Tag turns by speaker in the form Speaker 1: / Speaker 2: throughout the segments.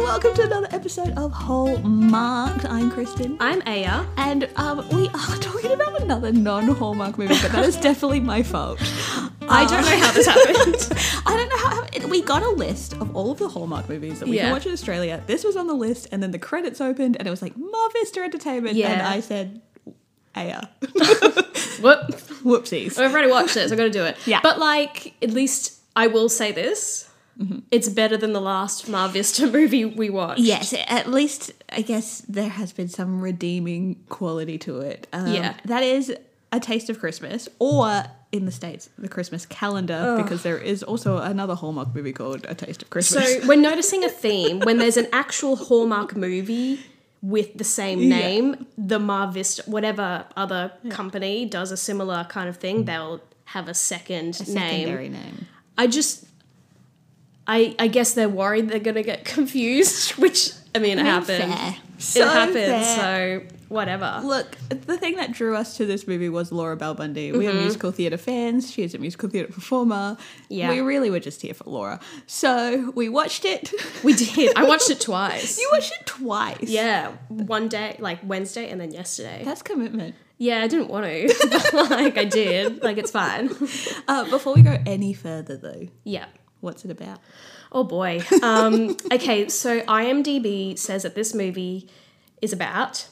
Speaker 1: welcome to another episode of Whole Marked. I'm Kristen.
Speaker 2: I'm Aya.
Speaker 1: And um, we are talking about another non Hallmark movie, but that is definitely my fault.
Speaker 2: I don't know how this happened.
Speaker 1: I don't know how it- we got a list of all of the Hallmark movies that we can
Speaker 2: Yeah.
Speaker 1: watch in Australia. This was on the list, and then the credits opened, and it was like Marvister Entertainment, and
Speaker 2: Yeah.
Speaker 1: I said, Aya.
Speaker 2: Whoop.
Speaker 1: Whoopsies.
Speaker 2: I've already watched it, so i got to do it.
Speaker 1: Yeah.
Speaker 2: But like, at least I will say this. It's better than the last Mar Vista movie we watched.
Speaker 1: Yes, at least I guess there has been some redeeming quality to it. Um,
Speaker 2: Yeah.
Speaker 1: That is a taste of Christmas, or in the States, the Christmas calendar, because there is also another Hallmark movie called A Taste of
Speaker 2: So
Speaker 1: Christmas.
Speaker 2: we're noticing a theme when there's an actual Hallmark movie with the same
Speaker 1: Yeah.
Speaker 2: name, the Mar Vista, whatever other company does a similar kind of thing, they'll have a second name.
Speaker 1: Secondary name.
Speaker 2: I just, I, I guess they're worried they're gonna get confused, which I mean, it happened.
Speaker 1: So
Speaker 2: it happened,
Speaker 1: fair.
Speaker 2: so whatever.
Speaker 1: Look, the thing that drew us to this movie was Laura Bell Bundy. We
Speaker 2: Mm-hmm.
Speaker 1: are musical theatre fans. She is a musical theatre performer.
Speaker 2: Yeah.
Speaker 1: We really were just here for Laura. So we watched it.
Speaker 2: We did. I watched it twice.
Speaker 1: you watched it twice.
Speaker 2: yeah, one day, like Wednesday, and then yesterday.
Speaker 1: That's commitment.
Speaker 2: yeah, I didn't want to, but like I did. Like it's fine.
Speaker 1: Uh, before we go any further, though,
Speaker 2: Yeah.
Speaker 1: what's it about?
Speaker 2: Oh boy. Um, okay, so IMDb says that this movie is about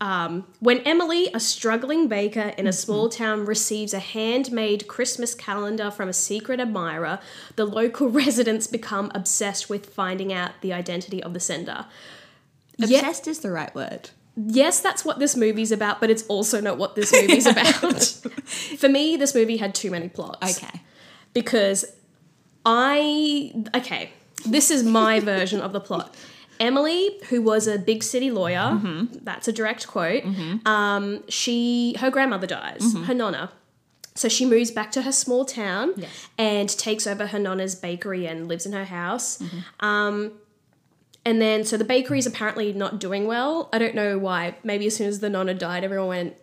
Speaker 2: um, when Emily, a struggling baker in a small town, receives a handmade Christmas calendar from a secret admirer, the local residents become obsessed with finding out the identity of the sender. Yeah.
Speaker 1: Obsessed is the right word.
Speaker 2: yes, that's what this movie's about, but it's also not what this movie's about. For me, this movie had too many plots. Because I. Okay, this is my version of the plot. Emily, who was a big city lawyer, that's a direct quote. Um, she her grandmother dies, her nonna, so she moves back to her small town
Speaker 1: Yes.
Speaker 2: and takes over her nonna's bakery and lives in her house. Um, and then, so the bakery's apparently not doing well. I don't know why. Maybe as soon as the nonna died, everyone went,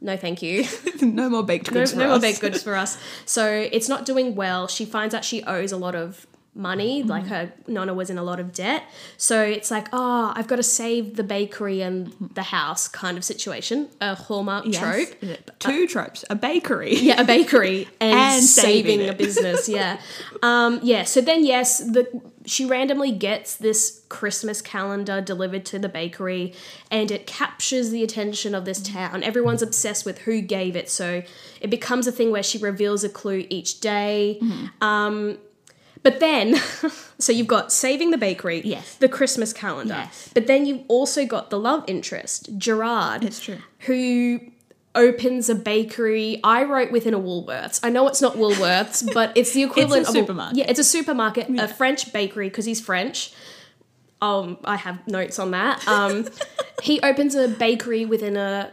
Speaker 2: no, thank you.
Speaker 1: no more baked
Speaker 2: no,
Speaker 1: goods. for
Speaker 2: no more
Speaker 1: us.
Speaker 2: baked goods for us. So it's not doing well. She finds out she owes a lot of money.
Speaker 1: Mm-hmm.
Speaker 2: Like her nonna was in a lot of debt. So it's like, oh, I've got to save the bakery and the house kind of situation. A hallmark
Speaker 1: Yes.
Speaker 2: trope.
Speaker 1: Two tropes. A bakery.
Speaker 2: Yeah, a bakery and,
Speaker 1: And saving
Speaker 2: saving,
Speaker 1: it.
Speaker 2: a business. Yeah, um, yeah. So then, yes, the she randomly gets this Christmas calendar delivered to the bakery, and it captures the attention of this town. Everyone's obsessed with who gave it, so it becomes a thing where she reveals a clue each day.
Speaker 1: Mm-hmm.
Speaker 2: Um, but then, so you've got saving the bakery,
Speaker 1: Yes.
Speaker 2: the Christmas calendar,
Speaker 1: Yes.
Speaker 2: but then you've also got the love interest, Gerard
Speaker 1: It's true.
Speaker 2: who opens a bakery. I wrote within a Woolworths. I know it's not Woolworths, but it's the equivalent of
Speaker 1: supermarket.
Speaker 2: yeah, it's a supermarket, a French bakery because he's French. Um, I have notes on that. Um, he opens a bakery within a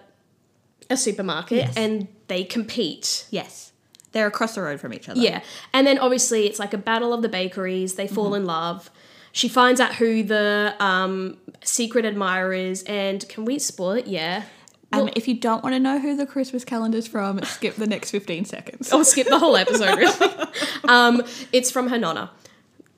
Speaker 2: a supermarket,
Speaker 1: Yes.
Speaker 2: and they compete.
Speaker 1: Yes. They're across the road from each other.
Speaker 2: Yeah. And then obviously it's like a battle of the bakeries. They fall in love. She finds out who the um, secret admirer is. And can we spoil it? Yeah.
Speaker 1: Um, if you don't want to know who the Christmas calendar's from, skip the next 15 seconds.
Speaker 2: I'll Oh, skip the whole episode, really. Um, it's from her nonna.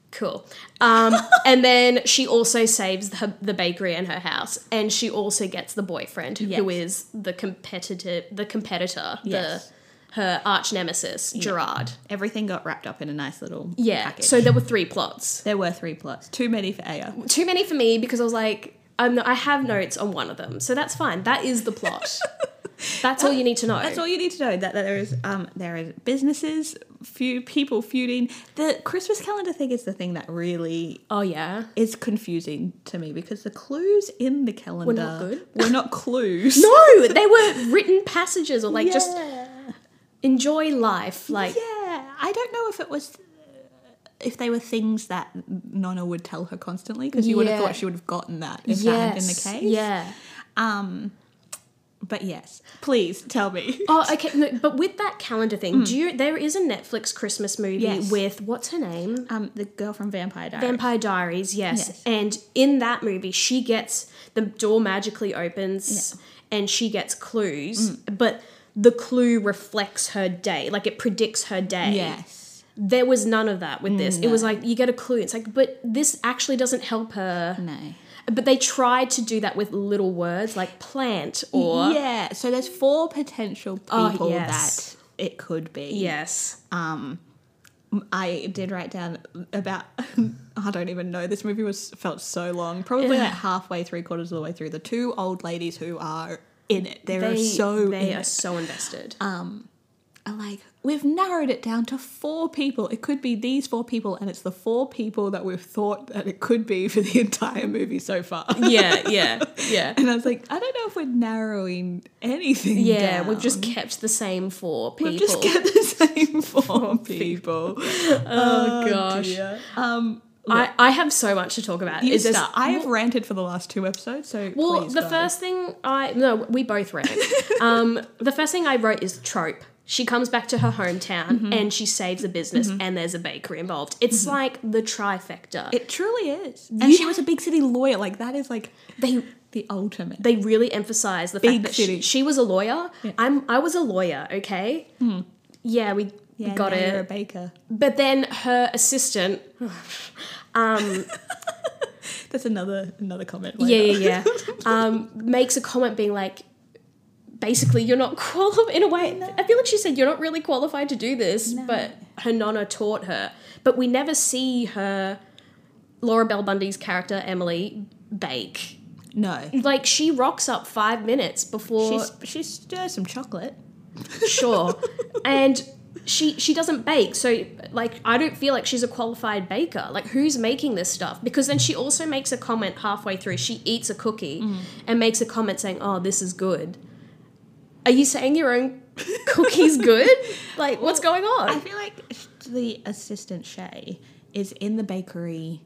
Speaker 2: Cool. Um, and then she also saves her, the bakery and her house, and she also gets the boyfriend who
Speaker 1: Yes.
Speaker 2: is the competitive, the competitor,
Speaker 1: Yes.
Speaker 2: the her arch nemesis, Gerard.
Speaker 1: Everything got wrapped up in a nice little
Speaker 2: Yeah.
Speaker 1: package.
Speaker 2: So there were three plots.
Speaker 1: there were three plots. Too many for Aya.
Speaker 2: Too many for me because I was like, I'm not, I have notes on one of them, so that's fine. That is the plot. that's all you need to know.
Speaker 1: That's all you need to know. That, that there is um there is businesses, few people feuding. The Christmas calendar thing is the thing that really
Speaker 2: Oh yeah.
Speaker 1: is confusing to me because the clues in the calendar
Speaker 2: good.
Speaker 1: were not clues.
Speaker 2: No, they were written passages or like just
Speaker 1: Yeah.
Speaker 2: enjoy life like
Speaker 1: yeah. I don't know if it was uh, if they were things that Nonna would tell her constantly because you would have
Speaker 2: Yeah.
Speaker 1: thought she would have gotten that if that had been the
Speaker 2: Yes,
Speaker 1: case.
Speaker 2: yeah
Speaker 1: Um. But yes, please tell me.
Speaker 2: oh okay no, but with that calendar thing do you there is a netflix christmas movie
Speaker 1: Hmm. Yes.
Speaker 2: with what's her name
Speaker 1: Um, the girl from Vampire Diaries.
Speaker 2: vampire diaries yes.
Speaker 1: Yes.
Speaker 2: and in that movie she gets the door magically opens and she gets
Speaker 1: Hmm.
Speaker 2: clues but the clue reflects her day like it predicts her day
Speaker 1: Yes.
Speaker 2: There was none of that with this. It was like you get a clue. It's like, but this actually doesn't help her.
Speaker 1: No.
Speaker 2: But they tried to do that with little words like plant or
Speaker 1: yeah, so there's four potential
Speaker 2: Oh,
Speaker 1: people
Speaker 2: yes.
Speaker 1: that it could be.
Speaker 2: yes.
Speaker 1: I did write down about I don't even know. This movie was felt so long. Probably
Speaker 2: Yeah.
Speaker 1: like halfway, three quarters of the way through. The two old ladies who are in it. They, are
Speaker 2: They-
Speaker 1: so
Speaker 2: they
Speaker 1: in
Speaker 2: are
Speaker 1: it.
Speaker 2: so invested.
Speaker 1: I'm like, we've narrowed it down to four people. It could be these four people, and it's the four people that we've thought that it could be for the entire movie so far.
Speaker 2: yeah, yeah, yeah.
Speaker 1: And I was like, I don't know if we're narrowing anything
Speaker 2: Yeah,
Speaker 1: down.
Speaker 2: we've just kept the same four people.
Speaker 1: We've just kept the same four people.
Speaker 2: oh gosh.
Speaker 1: Um,
Speaker 2: I, I have so much to talk about.
Speaker 1: you
Speaker 2: Is this-
Speaker 1: start. I have ranted for the last two episodes, so
Speaker 2: well,
Speaker 1: please
Speaker 2: the
Speaker 1: go.
Speaker 2: first thing I no, we both read. um, the first thing I wrote is trope. She comes back to her hometown
Speaker 1: Mm-hmm.
Speaker 2: and she saves a business and there's a bakery involved. It's like the trifecta.
Speaker 1: It truly is, and she was a big city lawyer. Like that is like
Speaker 2: they
Speaker 1: the ultimate.
Speaker 2: they really emphasize the
Speaker 1: Big
Speaker 2: fact that
Speaker 1: city.
Speaker 2: she, she was a lawyer. I'm I was a lawyer. Okay.
Speaker 1: Mm.
Speaker 2: Yeah, we, we got
Speaker 1: now
Speaker 2: it.
Speaker 1: You're a baker.
Speaker 2: But then her assistant, um,
Speaker 1: That's another another comment.
Speaker 2: yeah,
Speaker 1: later.
Speaker 2: yeah, yeah, um, makes a comment being like, basically, you're not qualified. In a way, I feel like she said you're not really qualified to do this, but her nonna taught her. But we never see her, Laura Bell Bundy's character Emily bake.
Speaker 1: No,
Speaker 2: Like she rocks up five minutes before
Speaker 1: she's she stirs some chocolate.
Speaker 2: sure, and. She, she doesn't bake, so like I don't feel like she's a qualified baker. Like who's making this stuff? Because then she also makes a comment halfway through. She eats a cookie and makes a comment saying, "Oh, this is good." Are you saying your own cookie's good? Like what's going on?
Speaker 1: I feel like the assistant Shay is in the bakery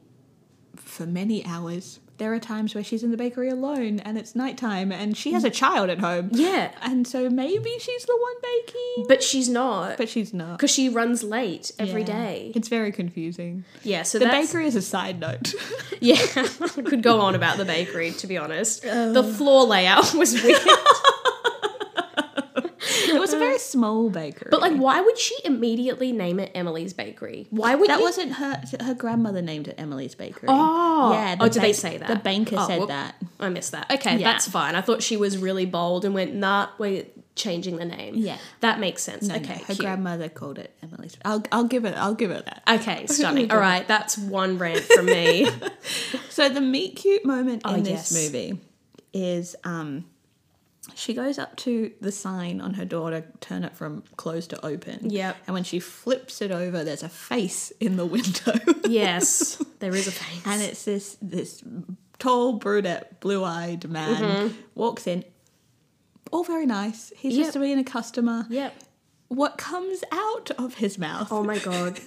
Speaker 1: for many hours. There are times where she's in the bakery alone and it's nighttime and she has a child at home.
Speaker 2: yeah,
Speaker 1: And so maybe she's the one baking.
Speaker 2: but she's not
Speaker 1: But she's not.
Speaker 2: because she runs late every day.
Speaker 1: It's very confusing.
Speaker 2: Yeah, so
Speaker 1: The
Speaker 2: that's,
Speaker 1: bakery is a side note.
Speaker 2: Yeah, could go on about the bakery, to be honest. The floor layout was weird.
Speaker 1: it was a very small bakery.
Speaker 2: But like, why would she immediately name it Emily's Bakery? Why would
Speaker 1: that
Speaker 2: you-
Speaker 1: wasn't her her grandmother named it Emily's bakery.
Speaker 2: Oh,
Speaker 1: Yeah, the
Speaker 2: oh, did they
Speaker 1: bank-
Speaker 2: say that?
Speaker 1: The banker
Speaker 2: Oh,
Speaker 1: said
Speaker 2: whoop.
Speaker 1: that.
Speaker 2: I missed that. Okay,
Speaker 1: Yeah.
Speaker 2: that's fine. I thought she was really bold and went, "Nah, we're changing the name."
Speaker 1: Yeah.
Speaker 2: that makes sense.
Speaker 1: No, no,
Speaker 2: okay,
Speaker 1: her
Speaker 2: cute.
Speaker 1: grandmother called it Emily's. I'll I'll give it I'll give it that.
Speaker 2: okay, stunning. All right, that's one rant from me.
Speaker 1: So the meet cute moment in this
Speaker 2: Oh, yes.
Speaker 1: movie is um she goes up to the sign on her door to turn it from closed to open.
Speaker 2: Yep.
Speaker 1: And when she flips it over, there's a face in the window.
Speaker 2: yes, there is a face.
Speaker 1: and it's this this tall brunette, blue-eyed man walks in. All very nice. He's
Speaker 2: Mm-hmm. Yep.
Speaker 1: just being a customer.
Speaker 2: yep.
Speaker 1: What comes out of his mouth
Speaker 2: Oh my god,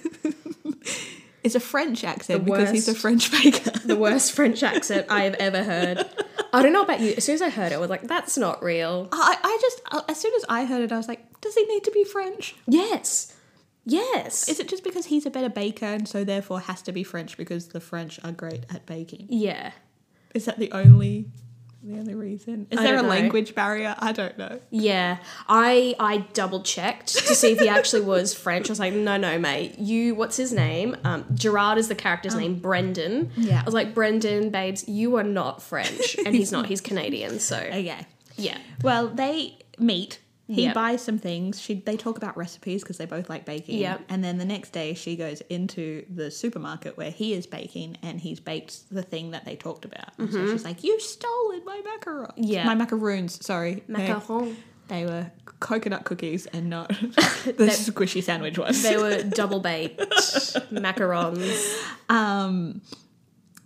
Speaker 1: is a French accent
Speaker 2: The
Speaker 1: because he's a
Speaker 2: worst.
Speaker 1: French baker.
Speaker 2: the worst French accent I have ever heard. I don't know about you. As soon as I heard it, I was like, "That's not real."
Speaker 1: I, I just, as soon as I heard it, I was like, does he need to be French?
Speaker 2: Yes, yes.
Speaker 1: Is it just because he's a better baker and so therefore has to be French because the French are great at baking?
Speaker 2: yeah.
Speaker 1: Is that the only the only reason? Is
Speaker 2: I
Speaker 1: there a
Speaker 2: don't know.
Speaker 1: language barrier? I don't know.
Speaker 2: Yeah, I I double checked to see if he actually was French. I was like, no, no, mate. You, what's his name? Um, Gerard is the character's name. Brendan.
Speaker 1: Oh. Yeah.
Speaker 2: I was like, Brendan, babes, you are not French, and he's not. He's Canadian. So
Speaker 1: Okay.
Speaker 2: Oh, yeah,
Speaker 1: Well, they meet. He
Speaker 2: Yep.
Speaker 1: buys some things. She they talk about recipes because they both like baking.
Speaker 2: Yep.
Speaker 1: And then the next day she goes into the supermarket where he is baking and he's baked the thing that they talked about. And So she's like, "You've stolen my macarons.
Speaker 2: Mm-hmm. Yeah.
Speaker 1: My macaroons. Sorry. They-
Speaker 2: macaron.
Speaker 1: They were coconut cookies and not the squishy sandwich ones.
Speaker 2: They were double baked macarons.
Speaker 1: Um,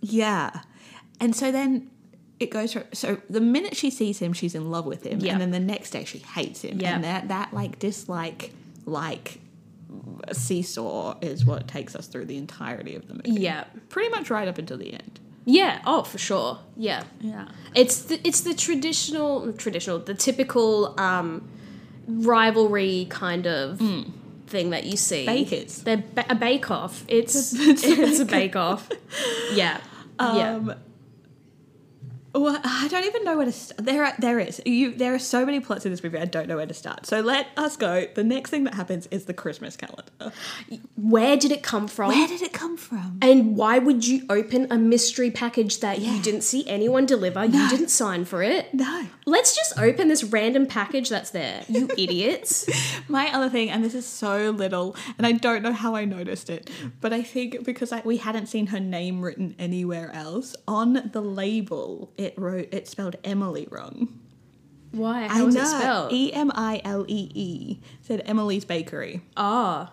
Speaker 1: yeah. And so then it goes from, so the minute she sees him, she's in love with him.
Speaker 2: Yeah.
Speaker 1: And then the next day she hates him.
Speaker 2: Yeah.
Speaker 1: And that, that like dislike, like seesaw is what takes us through the entirety of the movie.
Speaker 2: Yeah,
Speaker 1: Pretty much right up until the end.
Speaker 2: yeah. Oh, for sure. Yeah.
Speaker 1: Yeah.
Speaker 2: It's the it's the traditional traditional the typical um, rivalry kind of thing that you see.
Speaker 1: Bakers.
Speaker 2: They're ba- a bake off. Um, It's it's a bake off. Yeah. yeah.
Speaker 1: Um, Well, I don't even know where to start. There, are, there is you. There are so many plots in this movie. I don't know where to start. So let us go. The next thing that happens is the Christmas calendar.
Speaker 2: Where did it come from?
Speaker 1: Where did it come from?
Speaker 2: And why would you open a mystery package that you didn't see anyone deliver? You didn't sign for it.
Speaker 1: No.
Speaker 2: Let's just open this random package that's there. You idiots.
Speaker 1: My other thing, and this is so little, and I don't know how I noticed it, but I think because I, we hadn't seen her name written anywhere else on the label, it wrote it spelled Emily wrong.
Speaker 2: Why? How was it spelled?
Speaker 1: E M I L E E said Emily's Bakery,
Speaker 2: Ah.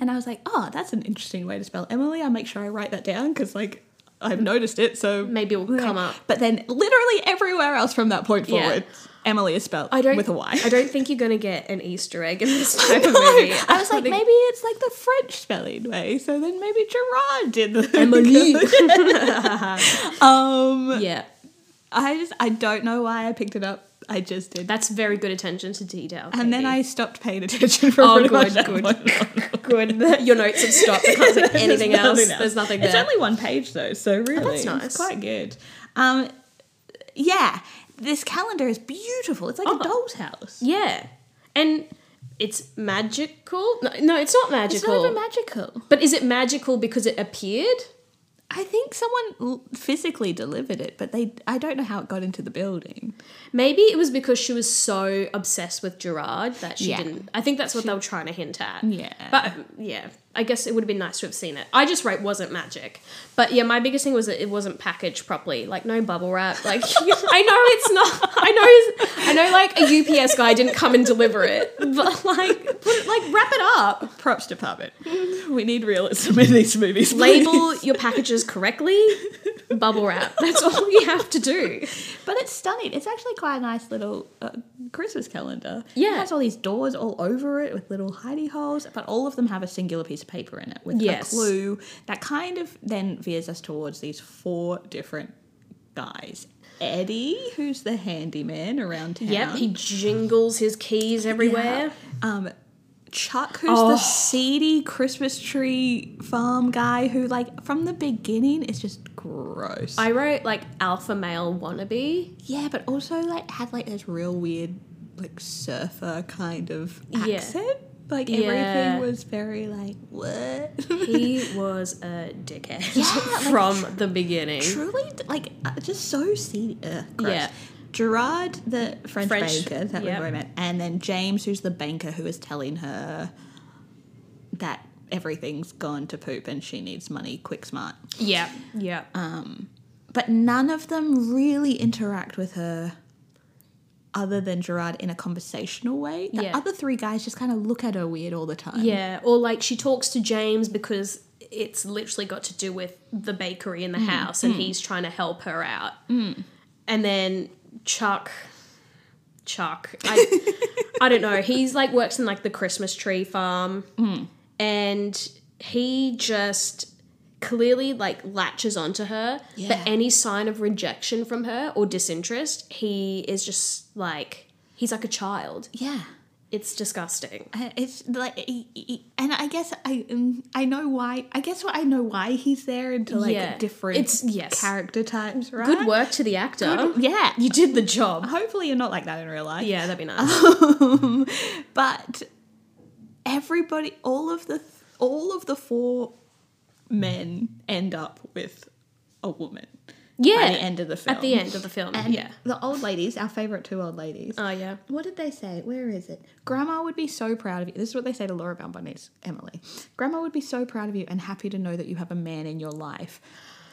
Speaker 1: and I was like, oh, that's an interesting way to spell Emily. I'll make sure I write that down because like I've noticed it, so
Speaker 2: Maybe it'll come up.
Speaker 1: But then literally everywhere else from that point
Speaker 2: Yeah.
Speaker 1: forward, Emily is spelled
Speaker 2: I don't
Speaker 1: with a Y.
Speaker 2: I don't think you're gonna get an Easter egg in this type of movie.
Speaker 1: I was like,
Speaker 2: think-
Speaker 1: maybe it's like the French spelling way. So then maybe Gerard did the
Speaker 2: Emily.
Speaker 1: um,
Speaker 2: yeah.
Speaker 1: I just I don't know why I picked it up. I just did,
Speaker 2: That's very good attention to detail.
Speaker 1: and then
Speaker 2: Katie.
Speaker 1: I stopped paying attention for
Speaker 2: Oh,
Speaker 1: pretty
Speaker 2: good,
Speaker 1: much that
Speaker 2: good.
Speaker 1: one.
Speaker 2: good. that Your notes have stopped. I can't think anything
Speaker 1: There's
Speaker 2: else.
Speaker 1: nothing Oh,
Speaker 2: There's nothing
Speaker 1: It's
Speaker 2: there.
Speaker 1: only one page though, so really, it's
Speaker 2: nice.
Speaker 1: quite good. Um, yeah, this calendar is beautiful. It's like
Speaker 2: Oh.
Speaker 1: a doll's house.
Speaker 2: yeah, and it's magical. No, no it's not magical.
Speaker 1: It's not even magical.
Speaker 2: but is it magical because it appeared?
Speaker 1: I think someone l- physically delivered it, but they I don't know how it got into the building.
Speaker 2: Maybe it was because she was so obsessed with Gerard that she
Speaker 1: Yeah.
Speaker 2: didn't. I think that's what they were trying to hint at.
Speaker 1: Yeah.
Speaker 2: But um, yeah, I guess it would have been nice to have seen it. I just wrote wasn't magic. But yeah, my biggest thing was that it wasn't packaged properly. Like no bubble wrap. Like I know it's not. I know. It's, I know. Like a UPS guy didn't come and deliver it. But like, put it, like wrap it up.
Speaker 1: Props department. We need realism in these movies. please.
Speaker 2: Label your packages correctly. Bubble wrap. That's all you have to do.
Speaker 1: But it's stunning. It's actually quite a nice little uh, Christmas calendar.
Speaker 2: Yeah.
Speaker 1: It has all these doors all over it with little hidey holes, but all of them have a singular piece of paper in it with
Speaker 2: Yes.
Speaker 1: a clue that kind of then veers us towards these four different guys. Eddie, who's the handyman around town.
Speaker 2: Yep. He jingles his keys everywhere.
Speaker 1: Um, Chuck, who's
Speaker 2: Oh.
Speaker 1: the seedy Christmas tree farm guy who, like, from the beginning is just gross.
Speaker 2: I wrote like alpha male wannabe.
Speaker 1: yeah, but also, like, had, like, this real weird, like, surfer kind of
Speaker 2: Yeah.
Speaker 1: accent. Like,
Speaker 2: Yeah.
Speaker 1: everything was very, like, what?
Speaker 2: He was a dickhead
Speaker 1: Yeah, like,
Speaker 2: from the beginning.
Speaker 1: Truly, like, uh, just so seedy. Ugh, gross.
Speaker 2: Yeah.
Speaker 1: Gerard, the French,
Speaker 2: French,
Speaker 1: banker, that
Speaker 2: yep.
Speaker 1: was what I meant. And then James, who's the banker who is telling her that everything's gone to poop and she needs money quick smart.
Speaker 2: Yeah, yeah.
Speaker 1: But none of them really interact with her other than Gerard in a conversational way. The
Speaker 2: Yeah.
Speaker 1: other three guys just kind of look at her weird all the time.
Speaker 2: yeah, or like she talks to James because it's literally got to do with the bakery in the house and he's trying to help her out. And then Chuck Chuck. I, I don't know. He's like works in like the Christmas tree farm and he just clearly like latches onto her
Speaker 1: Yeah.
Speaker 2: but any sign of rejection from her or disinterest he is just like he's like a child
Speaker 1: Yeah.
Speaker 2: it's disgusting
Speaker 1: Uh, It's like, e- e- e- and I guess I um, I know why. I guess what I know why he's there into like
Speaker 2: Yeah.
Speaker 1: different
Speaker 2: It's- yes.
Speaker 1: character types, right?
Speaker 2: good work to the actor
Speaker 1: Yeah.
Speaker 2: you did the job
Speaker 1: Hopefully, you're not like that in real life.
Speaker 2: yeah that'd be nice
Speaker 1: but everybody all of the all of the four men end up with a woman
Speaker 2: yeah
Speaker 1: by the end of the film
Speaker 2: at the end of the film
Speaker 1: and
Speaker 2: yeah
Speaker 1: the old ladies our favorite two old ladies Um,
Speaker 2: oh yeah
Speaker 1: what did they say? Where is it? Grandma would be so proud of you. This is what they say to Laura Brown Bunny's Emily. Grandma would be so proud of you and happy to know that you have a man in your life.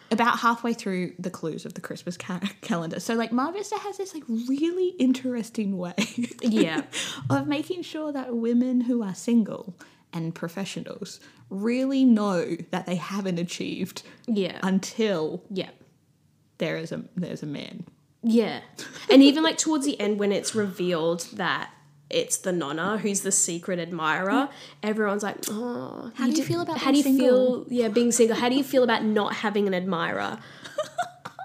Speaker 1: About halfway through the clues of the Christmas ca- calendar. So, like, Ma Vista has this, like, really interesting way
Speaker 2: Yeah.
Speaker 1: of making sure that women who are single and professionals really know that they haven't achieved
Speaker 2: yeah
Speaker 1: until
Speaker 2: yeah
Speaker 1: there is a there's a man.
Speaker 2: Yeah. And even like towards the end when it's revealed that it's the nonna who's the secret admirer, everyone's like, Oh
Speaker 1: How do you feel about
Speaker 2: how
Speaker 1: being
Speaker 2: do you feel yeah, being single. How do you feel about not having an admirer?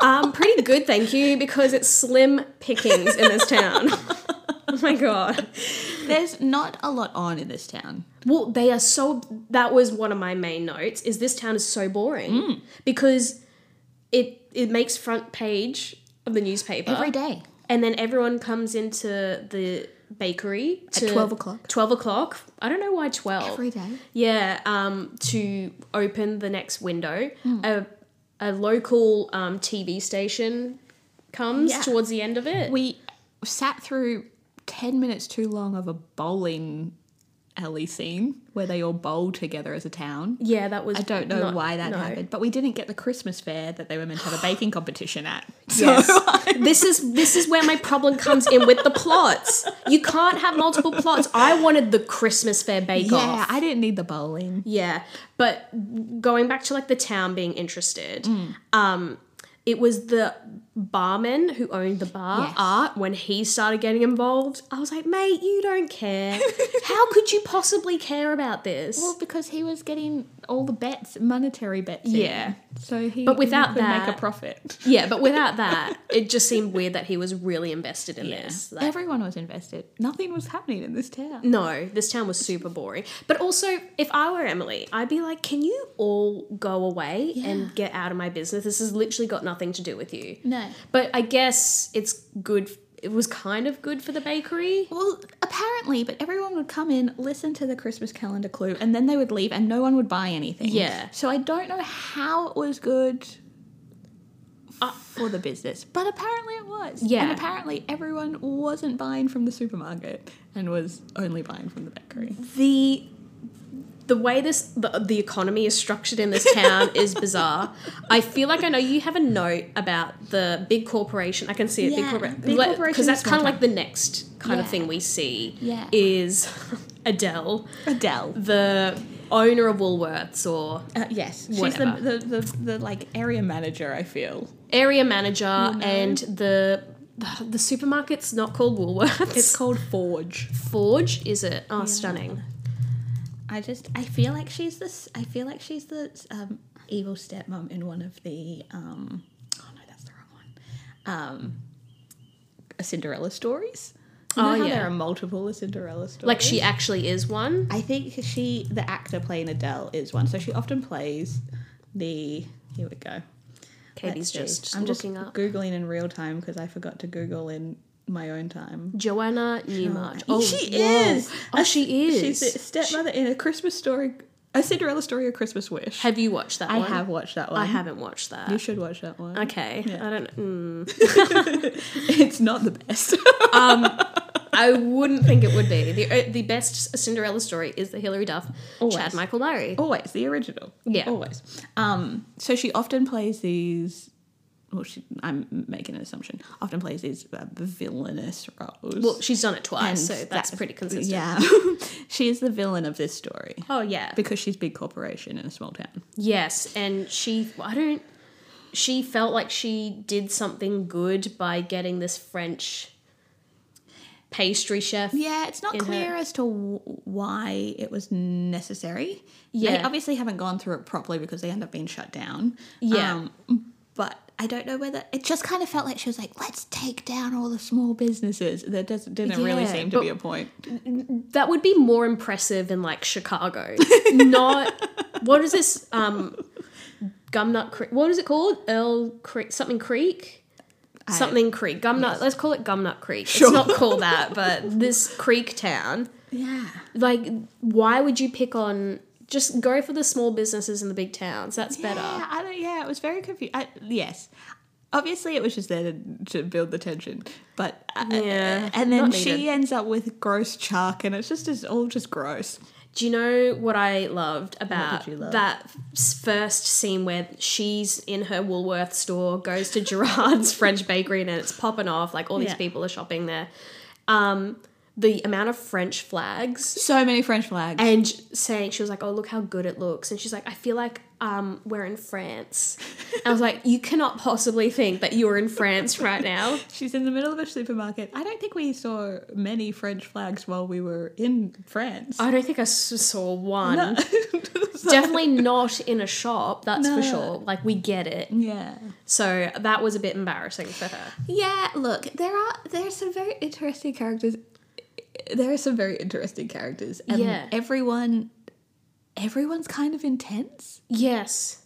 Speaker 2: Um, pretty good, thank you, because it's slim pickings in this town. oh my god.
Speaker 1: There's not a lot on in this town.
Speaker 2: Well, they are so. That was one of my main notes.
Speaker 1: Hmm.
Speaker 2: Is this town is so boring because it it makes front page of the newspaper
Speaker 1: every day.
Speaker 2: and then everyone comes into the bakery to
Speaker 1: 12 o'clock.
Speaker 2: 12 o'clock i don't know why 12
Speaker 1: Every day.
Speaker 2: yeah um to open the next window
Speaker 1: Hmm.
Speaker 2: a, a local um, tv station comes
Speaker 1: Yeah.
Speaker 2: towards the end of it
Speaker 1: We sat through 10 minutes too long of a bowling alley scene where they all bowl together as a town.
Speaker 2: yeah that was
Speaker 1: I don't know
Speaker 2: not-
Speaker 1: why that
Speaker 2: no.
Speaker 1: happened, but we didn't get the Christmas fair that they were meant to have a baking competition at. So
Speaker 2: Yes. this is this is where my problem comes in with the plots. You can't have multiple plots. I wanted the Christmas fair bake off.
Speaker 1: yeah, I didn't need the bowling.
Speaker 2: Yeah, but going back to like the town being interested,
Speaker 1: Mm.
Speaker 2: um, it was the barman who owned the bar
Speaker 1: Yes.
Speaker 2: art when he started getting involved. I was like, mate, you don't care. How could you possibly care about this?
Speaker 1: Well, because he was getting all the bets, monetary bets. in.
Speaker 2: Yeah.
Speaker 1: So he
Speaker 2: But without
Speaker 1: could make
Speaker 2: that-
Speaker 1: a profit.
Speaker 2: yeah, but without that, it just seemed weird that he was really invested in this. Like,
Speaker 1: Everyone was invested. Nothing was happening in this town.
Speaker 2: no, this town was super boring. But also, if I were Emily, I'd be like, can you all go away
Speaker 1: Yeah.
Speaker 2: and get out of my business? This has literally got nothing to do with you.
Speaker 1: No.
Speaker 2: But I guess it's good. It was kind of good for the bakery.
Speaker 1: Well, apparently, but everyone would come in, listen to the Christmas calendar clue, and then they would leave, and no one would buy anything.
Speaker 2: Yeah.
Speaker 1: So I don't know how it was good for the business, but apparently it was.
Speaker 2: Uh, Yeah.
Speaker 1: And apparently everyone wasn't buying from the supermarket and was only buying from the bakery.
Speaker 2: The the way this the, the economy is structured in this town is bizarre. I feel like I know you have a note about the big corporation. I can see it big
Speaker 1: Yeah,
Speaker 2: corporation
Speaker 1: big corporation
Speaker 2: because that's
Speaker 1: is small
Speaker 2: kind of
Speaker 1: town.
Speaker 2: like the next kind of
Speaker 1: Yeah.
Speaker 2: thing we see
Speaker 1: Yeah.
Speaker 2: is Adele,
Speaker 1: Adele.
Speaker 2: the owner of Woolworths or
Speaker 1: Uh, yes,
Speaker 2: Whatever.
Speaker 1: she's the, the, the, the like area manager. I feel
Speaker 2: area manager, and the the supermarket's not called Woolworths.
Speaker 1: it's called Forge.
Speaker 2: Forge, is it? Oh, stunning.
Speaker 1: I just I feel like she's this. I feel like she's the um, evil stepmom in one of the. Um, oh no, that's the wrong one. Um, Cinderella stories. You know
Speaker 2: Oh,
Speaker 1: how
Speaker 2: yeah.
Speaker 1: there are multiple Cinderella stories.
Speaker 2: Like she actually is one.
Speaker 1: I think she, the actor playing Adele, is one. So she often plays the. Here we go.
Speaker 2: Katie's
Speaker 1: Let's see.
Speaker 2: just
Speaker 1: I'm just
Speaker 2: looking up.
Speaker 1: googling in real time because I forgot to Google in my own time.
Speaker 2: Joanna Newmarch.
Speaker 1: Oh,
Speaker 2: Oh,
Speaker 1: she
Speaker 2: whoa.
Speaker 1: is.
Speaker 2: Oh, she is.
Speaker 1: She's the stepmother in a Christmas story, a Cinderella story, a Christmas wish.
Speaker 2: Have you watched that
Speaker 1: I
Speaker 2: one?
Speaker 1: have watched that one.
Speaker 2: I haven't watched that.
Speaker 1: You should watch that one.
Speaker 2: Okay. I don't. Mm.
Speaker 1: It's not the best.
Speaker 2: mm. I wouldn't think it would be the uh, the best Cinderella story is the Hilary Duff, Chad
Speaker 1: Always.
Speaker 2: Michael Murray.
Speaker 1: Always the original.
Speaker 2: Yeah.
Speaker 1: Always. Um. So she often plays these. Well, she, I'm making an assumption. Often plays these uh, villainous roles.
Speaker 2: Well, she's done it
Speaker 1: And
Speaker 2: twice, so that's
Speaker 1: that-
Speaker 2: pretty consistent.
Speaker 1: Yeah. she is the villain of this story
Speaker 2: Oh yeah.
Speaker 1: because she's big corporation in a small town.
Speaker 2: Yes, and she I don't she felt like she did something good by getting this French pastry chef.
Speaker 1: Yeah, it's not
Speaker 2: in her-
Speaker 1: clear as to w- why it was necessary. They
Speaker 2: Yeah.
Speaker 1: obviously haven't gone through it properly because they end up being shut down.
Speaker 2: Yeah.
Speaker 1: Um, but I don't know whether it just kind of felt like she was like, let's take down all the small businesses. There doesn't, didn't really
Speaker 2: Yeah,
Speaker 1: seem to
Speaker 2: but-
Speaker 1: be a point.
Speaker 2: That would be more impressive in like Chicago. not what is this um Gumnut Creek what is it called? Earl Creek something creek? Something creek. Gumnut let's call it Gumnut Creek.
Speaker 1: Sure.
Speaker 2: It's not called that, but this creek town.
Speaker 1: Yeah.
Speaker 2: Like why would you pick on just go for the small businesses in the big towns. That's better.
Speaker 1: Yeah, I don't, yeah, it was very confusing. Yes. Obviously, it was just there to, to build the tension. But, uh,
Speaker 2: Yeah,
Speaker 1: and then
Speaker 2: not
Speaker 1: she
Speaker 2: needed.
Speaker 1: ends up with gross chalk, and it's just, it's all just gross.
Speaker 2: Do you know what I loved about
Speaker 1: you love?
Speaker 2: that s- first scene where she's in her Woolworth store, goes to Gerard's French bakery, and it's popping off? Like all these
Speaker 1: Yeah.
Speaker 2: people are shopping there. Um, the amount of French flags
Speaker 1: So many French flags.
Speaker 2: and saying she was like, "Oh, look how good it looks," and she's like, "I feel like um, we're in France." And I was like, "You cannot possibly think that you're in France right now."
Speaker 1: She's in the middle of a supermarket. I don't think we saw many French flags while we were in France.
Speaker 2: I don't think I s- saw one.
Speaker 1: No.
Speaker 2: Definitely not in a shop. That's
Speaker 1: No.
Speaker 2: for sure. Like we get it.
Speaker 1: yeah.
Speaker 2: So that was a bit embarrassing for her.
Speaker 1: Yeah, look, there are there are some very interesting characters. There are some very interesting characters and
Speaker 2: Yeah.
Speaker 1: everyone everyone's kind of intense.
Speaker 2: Yes.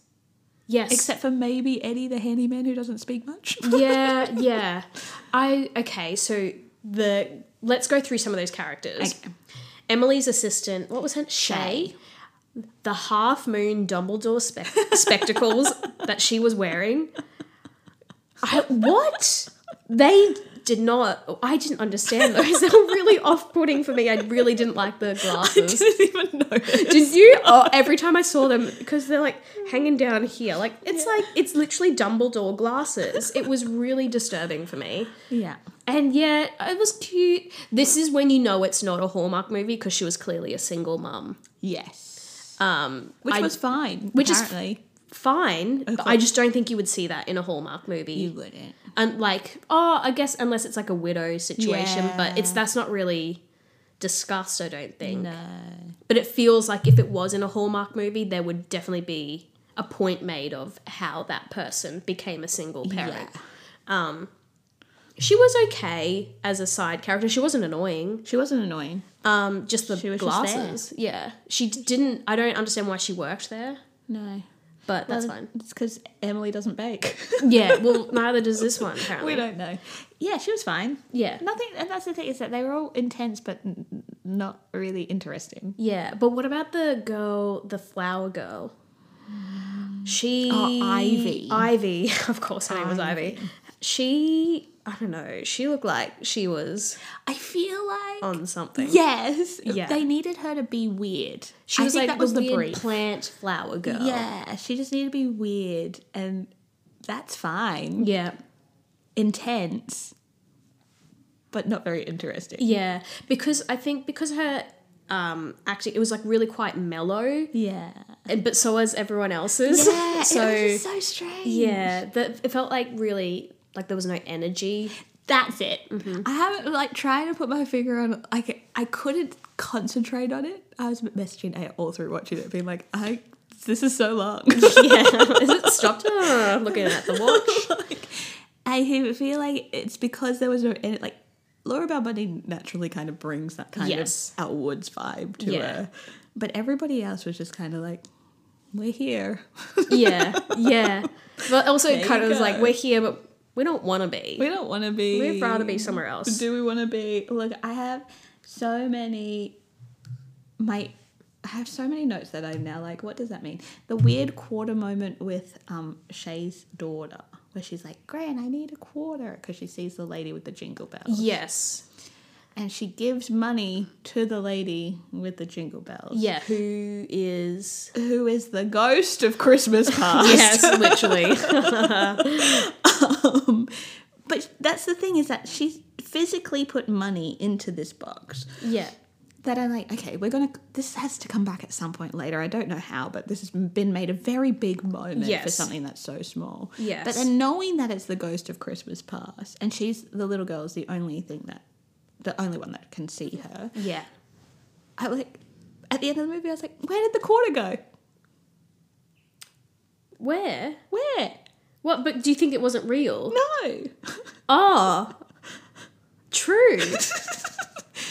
Speaker 2: Yes.
Speaker 1: Except for maybe Eddie the handyman who doesn't speak much.
Speaker 2: yeah, yeah. I okay, so the let's go through some of those characters.
Speaker 1: Okay.
Speaker 2: Emily's assistant, what was her Shay? The half moon Dumbledore spec- spectacles that she was wearing. I, what? They did not. I didn't understand those. They were really off putting for me. I really didn't like the glasses.
Speaker 1: didn't even notice.
Speaker 2: Did you? Oh, every time I saw them, because they're like hanging down here, like it's like it's literally Dumbledore glasses. It was really disturbing for me.
Speaker 1: Yeah.
Speaker 2: And yeah, it was cute. This is when you know it's not a Hallmark movie because she was clearly a single mum.
Speaker 1: Yes.
Speaker 2: Um,
Speaker 1: Which
Speaker 2: I-
Speaker 1: was fine.
Speaker 2: which is-
Speaker 1: apparently.
Speaker 2: fine, but I just don't think you would see that in a Hallmark movie.
Speaker 1: you wouldn't.
Speaker 2: and like, oh, I guess unless it's like a widow situation, but it's that's not really discussed. I don't think. But it feels like if it was in a Hallmark movie, there would definitely be a point made of how that person became a single parent. Um,
Speaker 1: Yeah.
Speaker 2: She was okay as a side character. She wasn't annoying.
Speaker 1: She wasn't annoying.
Speaker 2: Um, just the
Speaker 1: was just there.
Speaker 2: glasses. Yeah, she d- didn't. I don't understand why she worked there,
Speaker 1: No.
Speaker 2: but that's
Speaker 1: Well,
Speaker 2: fine.
Speaker 1: Uh, It's because Emily doesn't bake.
Speaker 2: Yeah. Well, neither does this one. Apparently.
Speaker 1: we don't know. Yeah, she was fine.
Speaker 2: Yeah.
Speaker 1: Nothing, and that's the thing is that they were all intense, but n- n- not really interesting.
Speaker 2: Yeah, but what about the girl, the flower girl? She
Speaker 1: Oh, Ivy.
Speaker 2: Ivy, of course, her name was Ivy. She, I don't know. She looked like she was
Speaker 1: I feel like
Speaker 2: on something.
Speaker 1: yes,
Speaker 2: Yeah.
Speaker 1: they needed her to be weird.
Speaker 2: she
Speaker 1: I
Speaker 2: was
Speaker 1: think
Speaker 2: like
Speaker 1: that was
Speaker 2: the,
Speaker 1: the,
Speaker 2: weird
Speaker 1: brief.
Speaker 2: plant flower girl.
Speaker 1: Yeah, she just needed to be weird, and that's fine.
Speaker 2: yeah,
Speaker 1: Intense, but not very interesting.
Speaker 2: yeah. Because I think because her um acting, it was like really quite mellow,
Speaker 1: Yeah,
Speaker 2: and but so was everyone else's.
Speaker 1: yeah,
Speaker 2: so
Speaker 1: it was just so strange.
Speaker 2: yeah, that it felt like really like there was no energy.
Speaker 1: That's it.
Speaker 2: Mm-hmm.
Speaker 1: I haven't like trying to put my finger on like I couldn't concentrate on it. I was messaging A all through watching it, being like, I this is so long.
Speaker 2: Yeah, is it stopped? Oh, I'm looking at the watch.
Speaker 1: I he- feel like it's because there was no and it, like Laura Bell Bundy naturally kind of brings that kind
Speaker 2: Yes.
Speaker 1: of outwards vibe to
Speaker 2: Yeah.
Speaker 1: her, but everybody else was just kind of like, we're here.
Speaker 2: yeah, yeah. But also, it
Speaker 1: There
Speaker 2: kind
Speaker 1: you
Speaker 2: of was like,
Speaker 1: go.
Speaker 2: we're here, but we don't want to be.
Speaker 1: We don't want to be.
Speaker 2: We'd rather be somewhere else.
Speaker 1: Do we want to be? Look, I have so many. My, I have so many notes that I'm now like, what does that mean? The weird quarter moment with um Shay's daughter, where she's like, "Gran, I need a quarter," because she sees the lady with the jingle bells,
Speaker 2: Yes.
Speaker 1: and she gives money to the lady with the jingle bells,
Speaker 2: Yeah. Who is?
Speaker 1: who is the ghost of Christmas past.
Speaker 2: Yes, literally.
Speaker 1: Um, but that's the thing is that she physically put money into this box.
Speaker 2: yeah.
Speaker 1: that I'm like, okay, we're gonna. This has to come back at some point later. I don't know how, but this has been made a very big moment for
Speaker 2: Yes.
Speaker 1: something that's so small.
Speaker 2: Yes.
Speaker 1: But then knowing that it's the ghost of Christmas past, and she's the little girl is the only thing that, the only one that can see her.
Speaker 2: Yeah.
Speaker 1: I like, at the end of the movie, I was like, where did the quarter go?
Speaker 2: Where?
Speaker 1: Where?
Speaker 2: What? But do you think it wasn't real?
Speaker 1: No.
Speaker 2: Ah. True.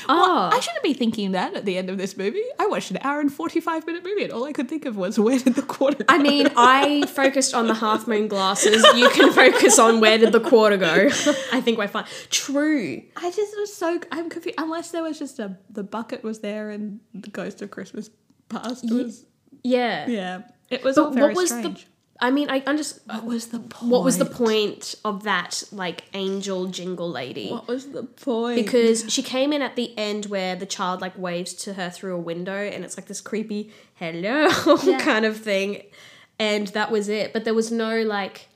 Speaker 2: Ah.
Speaker 1: I shouldn't be thinking that at the end of this movie. I watched an hour and forty-five minute movie, and all I could think of was where did the quarter go?
Speaker 2: I mean, I focused on the half moon glasses. You can focus on where did the quarter go. I think we're fine. True.
Speaker 1: I just was so I'm confused. Unless there was just a the bucket was there and the ghost of Christmas past was
Speaker 2: Yeah.
Speaker 1: yeah. It was
Speaker 2: But
Speaker 1: all very
Speaker 2: what was
Speaker 1: strange.
Speaker 2: the? I mean, I understand.
Speaker 1: what was the point?
Speaker 2: What was the point of that, like, angel jingle lady?
Speaker 1: What was the point?
Speaker 2: Because she came in at the end where the child, like, waves to her through a window and it's like this creepy hello kind of thing. And that was it. But there was no, like,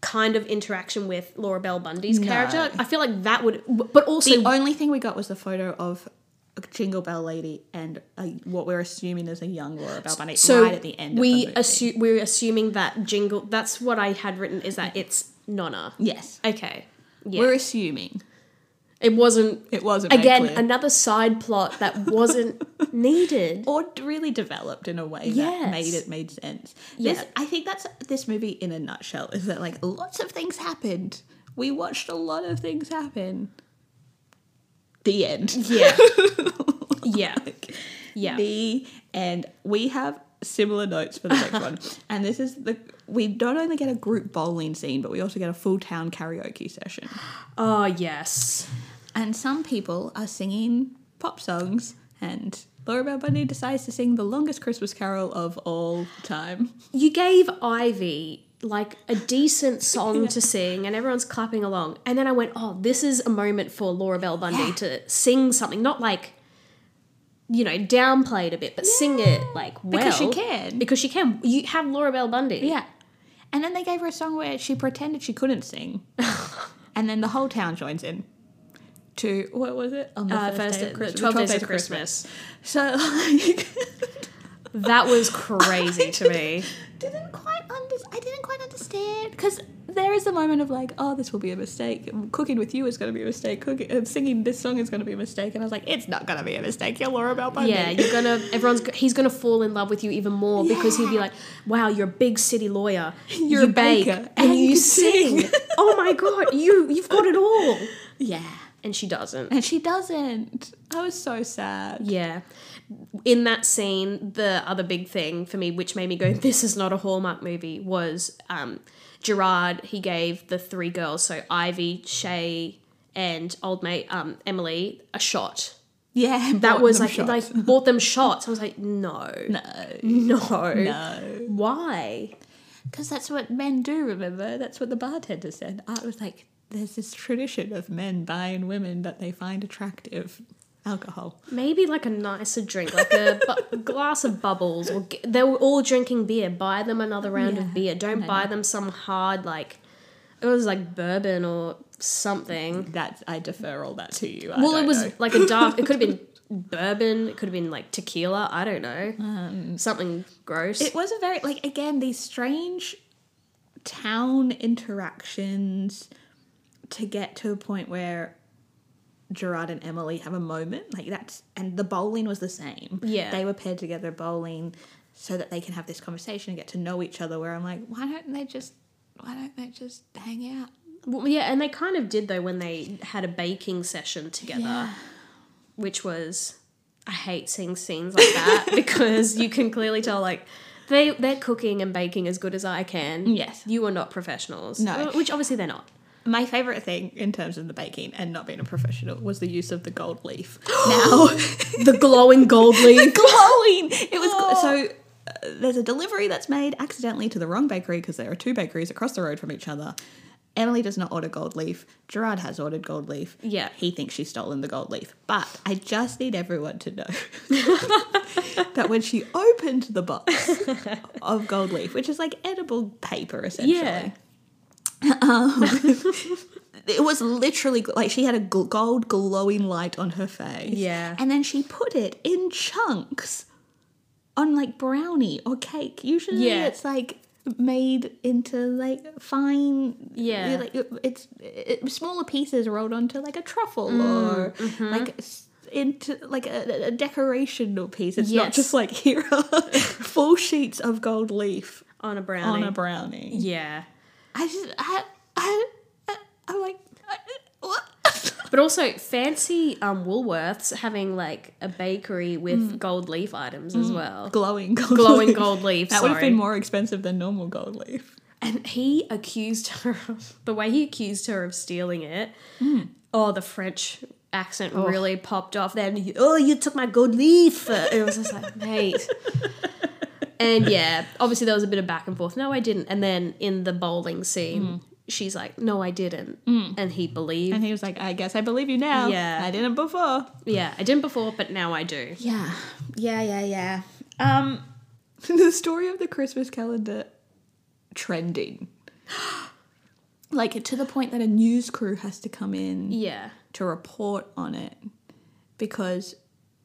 Speaker 2: kind of interaction with Laura Bell Bundy's character. I feel like that would. But also.
Speaker 1: the only thing we got was the photo of a Jingle Bell Lady and a, what we're assuming is a young Laura Bell Bunny
Speaker 2: so
Speaker 1: right at the end.
Speaker 2: we
Speaker 1: of the movie.
Speaker 2: assu- we're assuming that jingle. That's what I had written is that it's Nonna.
Speaker 1: yes,
Speaker 2: Okay. Yeah.
Speaker 1: we're assuming
Speaker 2: It wasn't
Speaker 1: it wasn't made
Speaker 2: again
Speaker 1: clear.
Speaker 2: another side plot that wasn't needed.
Speaker 1: or really developed in a way
Speaker 2: Yes.
Speaker 1: that made it made sense.
Speaker 2: Yeah.
Speaker 1: This, I think that's this movie in a nutshell is that like lots of things happened. We watched a lot of things happen. The end.
Speaker 2: Yeah. yeah. Yeah.
Speaker 1: The and we have similar notes for the next one. And this is the we not only get a group bowling scene, but we also get a full town karaoke session.
Speaker 2: Oh, yes.
Speaker 1: And some people are singing pop songs and Laura Bell Bundy decides to sing the longest Christmas carol of all time.
Speaker 2: You gave Ivy like a decent song to sing and everyone's clapping along. And then I went, oh, this is a moment for Laura Bell Bundy
Speaker 1: Yeah.
Speaker 2: to sing something, not like, you know, downplayed a bit, but sing it like well.
Speaker 1: Because she can.
Speaker 2: Because she can. You have Laura Bell Bundy.
Speaker 1: Yeah. And then they gave her a song where she pretended she couldn't sing. and then the whole town joins in. To what was it? On the
Speaker 2: Uh, first,
Speaker 1: day
Speaker 2: uh,
Speaker 1: of Christmas-
Speaker 2: 12 days,
Speaker 1: of
Speaker 2: of Christmas.
Speaker 1: So like
Speaker 2: That was crazy to me.
Speaker 1: didn't quite under- I didn't quite understand because there is a moment of like, oh, this will be a mistake. Cooking with you is going to be a mistake. Cooking, uh, singing this song is going to be a mistake. And I was like, it's not going to be a mistake. You're Laura Bell Bundy.
Speaker 2: Yeah, you're gonna. Everyone's. go- He's gonna fall in love with you even more because he'd be
Speaker 1: Yeah.
Speaker 2: like, "Wow, you're a big city lawyer.
Speaker 1: You're
Speaker 2: you
Speaker 1: a
Speaker 2: bake
Speaker 1: baker,
Speaker 2: and
Speaker 1: and
Speaker 2: you
Speaker 1: you
Speaker 2: sing.
Speaker 1: sing."
Speaker 2: oh my god, you you've got it all."
Speaker 1: yeah.
Speaker 2: And she doesn't.
Speaker 1: And she doesn't. I was so sad.
Speaker 2: Yeah. In that scene, the other big thing for me, which made me go, "This is not a Hallmark movie," was um, Gerard. He gave the three girls, so Ivy, Shay, and old mate um, Emily, a shot.
Speaker 1: Yeah.
Speaker 2: That
Speaker 1: bought
Speaker 2: was
Speaker 1: them
Speaker 2: like,
Speaker 1: shots.
Speaker 2: like bought them shots. I was like, no,
Speaker 1: no,
Speaker 2: no,
Speaker 1: no.
Speaker 2: Why?
Speaker 1: Because that's what men do, remember? That's what the bartender said. Art was like, there's this tradition of men buying women that they find attractive alcohol.
Speaker 2: Maybe like a nicer drink, like a bu- glass of bubbles, or g- they were all drinking beer. Buy them another round
Speaker 1: Yeah,
Speaker 2: of beer. Don't buy them some hard like it was like bourbon or something.
Speaker 1: That's, I defer all that to you. I
Speaker 2: well, it
Speaker 1: don't
Speaker 2: was
Speaker 1: know.
Speaker 2: like a dark. It could have been bourbon. It could have been like tequila. I don't know. Um, something gross.
Speaker 1: It was a very, like, again, these strange town interactions to get to a point where Gerard and Emily have a moment. Like, that's, and the bowling was the same.
Speaker 2: Yeah.
Speaker 1: They were paired together bowling so that they can have this conversation and get to know each other. Where I'm like, why don't they just, why don't they just hang out?
Speaker 2: Well, yeah, and they kind of did though when they had a baking session together,
Speaker 1: Yeah.
Speaker 2: which was I hate seeing scenes like that because you can clearly tell like they they're cooking and baking as good as I can.
Speaker 1: Yes.
Speaker 2: you are not professionals.
Speaker 1: No.
Speaker 2: Well, which obviously they're not.
Speaker 1: My favorite thing in terms of the baking and not being a professional was the use of the gold leaf. now,
Speaker 2: The glowing gold leaf.
Speaker 1: glowing. It was so. Uh, there's a delivery that's made accidentally to the wrong bakery because there are two bakeries across the road from each other. Emily does not order gold leaf. Gerard has ordered gold leaf.
Speaker 2: Yeah.
Speaker 1: He thinks she's stolen the gold leaf. But I just need everyone to know that when she opened the box of gold leaf, which is like edible paper essentially,
Speaker 2: yeah,
Speaker 1: it was literally gl- like she had a gl- gold glowing light on her face.
Speaker 2: Yeah.
Speaker 1: And then she put it in chunks on like brownie or cake. Usually
Speaker 2: Yeah.
Speaker 1: it's like made into like fine
Speaker 2: Yeah.
Speaker 1: like it's it, smaller pieces rolled onto like a truffle
Speaker 2: Mm,
Speaker 1: or
Speaker 2: mm-hmm.
Speaker 1: like s- into like a, a decorational piece it's not
Speaker 2: Yes.
Speaker 1: just like here are full sheets of gold leaf
Speaker 2: on a
Speaker 1: on
Speaker 2: brownie.
Speaker 1: a brownie
Speaker 2: yeah,
Speaker 1: I just, I, I, I I'm like, I, what?
Speaker 2: but also fancy um, Woolworths having like a bakery with gold leaf items as well.
Speaker 1: glowing Mm. gold
Speaker 2: Glowing
Speaker 1: leaf.
Speaker 2: gold leaf.
Speaker 1: That would have
Speaker 2: sorry.
Speaker 1: been more expensive than normal gold leaf.
Speaker 2: And he accused her of the way he accused her of stealing it.
Speaker 1: Mm.
Speaker 2: Oh, the French accent
Speaker 1: Oh.
Speaker 2: really popped off. Then, oh, you took my gold leaf. It was just like, mate. And yeah, obviously there was a bit of back and forth. No, I didn't. And then in the bowling scene,
Speaker 1: Mm.
Speaker 2: she's like, no, I didn't. And he believed,
Speaker 1: And he was like, I guess I believe you now.
Speaker 2: Yeah.
Speaker 1: I didn't before.
Speaker 2: yeah, I didn't before, but now I do.
Speaker 1: Yeah. Yeah, yeah, yeah. Um, the story of the Christmas calendar trending. like to the point that a news crew has to come in
Speaker 2: Yeah.
Speaker 1: to report on it because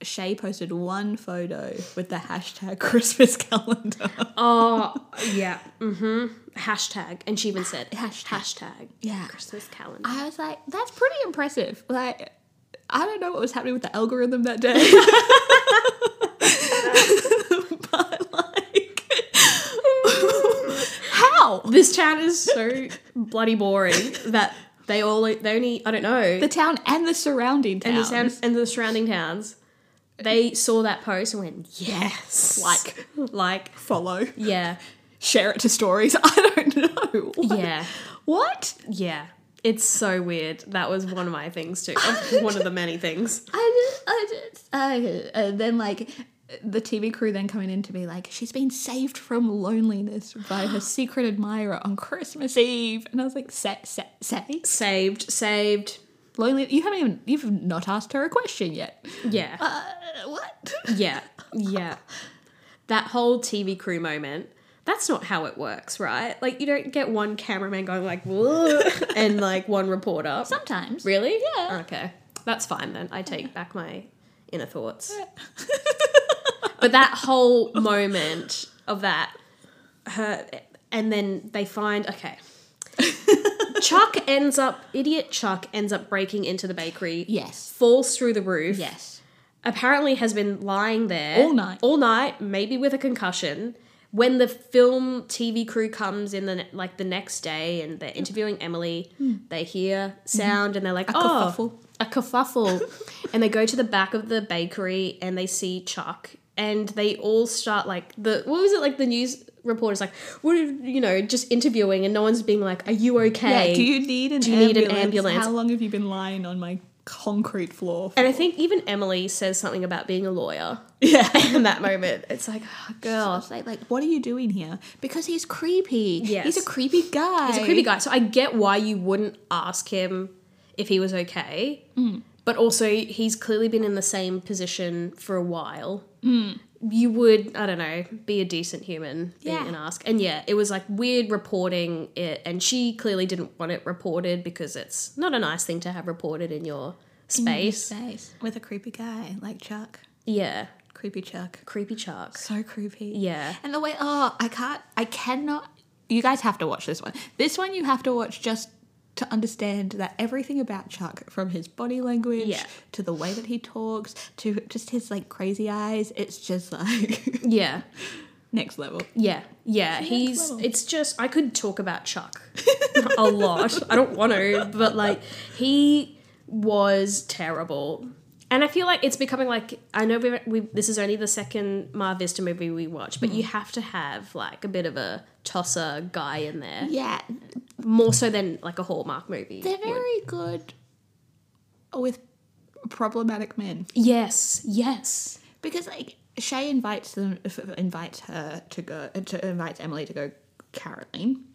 Speaker 1: Shay posted one photo with the hashtag Christmas calendar. Uh,
Speaker 2: Oh, yeah. Mm-hmm. Hashtag. And she even said, hashtag.
Speaker 1: Yeah.
Speaker 2: Christmas calendar.
Speaker 1: I was like, that's pretty impressive. Like, I don't know what was happening with the algorithm that day. but, like, how?
Speaker 2: This town is so bloody boring that they all they only I don't know
Speaker 1: The town and the surrounding
Speaker 2: and the
Speaker 1: towns.
Speaker 2: town and the surrounding towns They saw that post and went, yes.
Speaker 1: Like,
Speaker 2: like,
Speaker 1: follow,
Speaker 2: yeah,
Speaker 1: share it to stories. I don't know. What?
Speaker 2: yeah,
Speaker 1: What?
Speaker 2: yeah. It's so weird. That was one of my things too. one of the many things.
Speaker 1: I just, I just, I, and then like the TV crew then coming in to be like, she's been saved from loneliness by her secret admirer on Christmas Eve, and I was like, say, say, say,
Speaker 2: Saved, saved.
Speaker 1: lonely. You haven't even, you've not asked her a question yet.
Speaker 2: Yeah.
Speaker 1: Uh, what?
Speaker 2: Yeah, yeah. That whole TV crew moment. That's not how it works, right? Like you don't get one cameraman going like "Whoa," and like one reporter.
Speaker 1: Sometimes.
Speaker 2: Really?
Speaker 1: Yeah.
Speaker 2: Okay. That's fine then. I take back my inner thoughts.
Speaker 1: Yeah.
Speaker 2: But that whole moment of that her and then they find okay. Chuck ends up idiot Chuck ends up breaking into the bakery.
Speaker 1: Yes.
Speaker 2: Falls through the roof
Speaker 1: Yes.
Speaker 2: apparently has been lying there
Speaker 1: All night.
Speaker 2: all night, maybe with a concussion. When the film TV crew comes in the ne- like the next day and they're interviewing Emily, they hear sound and they're like, "Oh,
Speaker 1: kerfuffle."
Speaker 2: a kerfuffle," and they go to the back of the bakery and they see Chuck and they all start like the what was it like the news reporters like we're you know just interviewing and no one's being like, "Are you okay?"
Speaker 1: Yeah, do you need an
Speaker 2: do you
Speaker 1: ambulance?
Speaker 2: need an ambulance?
Speaker 1: How long have you been lying on my concrete floor?
Speaker 2: and I think even Emily says something about being a lawyer
Speaker 1: yeah.
Speaker 2: in that moment. It's like, oh, girl,
Speaker 1: Like, like, what are you doing here? Because he's creepy.
Speaker 2: Yes.
Speaker 1: He's a creepy guy.
Speaker 2: He's a creepy guy, so I get why you wouldn't ask him if he was okay. But also, he's clearly been in the same position for a while. Mm. You would, I don't know, be a decent human
Speaker 1: Yeah.
Speaker 2: and, and ask. And yeah, it was like weird reporting it, and she clearly didn't want it reported because it's not a nice thing to have reported in your space.
Speaker 1: Space. With a creepy guy, like Chuck.
Speaker 2: Yeah,
Speaker 1: Creepy Chuck.
Speaker 2: creepy sharks.
Speaker 1: So creepy.
Speaker 2: Yeah.
Speaker 1: And the way, oh, I can't, I cannot. You guys have to watch this one. This one you have to watch just to understand that everything about Chuck, from his body language
Speaker 2: Yeah.
Speaker 1: to the way that he talks to just his like crazy eyes, it's just like
Speaker 2: Yeah.
Speaker 1: next level.
Speaker 2: Yeah, yeah, he's.
Speaker 1: level.
Speaker 2: It's just I could talk about Chuck a lot. I don't want to, but like he was terrible, and I feel like it's becoming like I know we, we this is only the second Mar Vista movie we watch, but you
Speaker 1: Mm.
Speaker 2: have to have like a bit of a tosser guy in there,
Speaker 1: Yeah,
Speaker 2: more so than like a Hallmark movie.
Speaker 1: they're
Speaker 2: would.
Speaker 1: very good with problematic men
Speaker 2: Yes, yes,
Speaker 1: because like Shay invites them f- f- invites her to go to invites Emily to go caroling.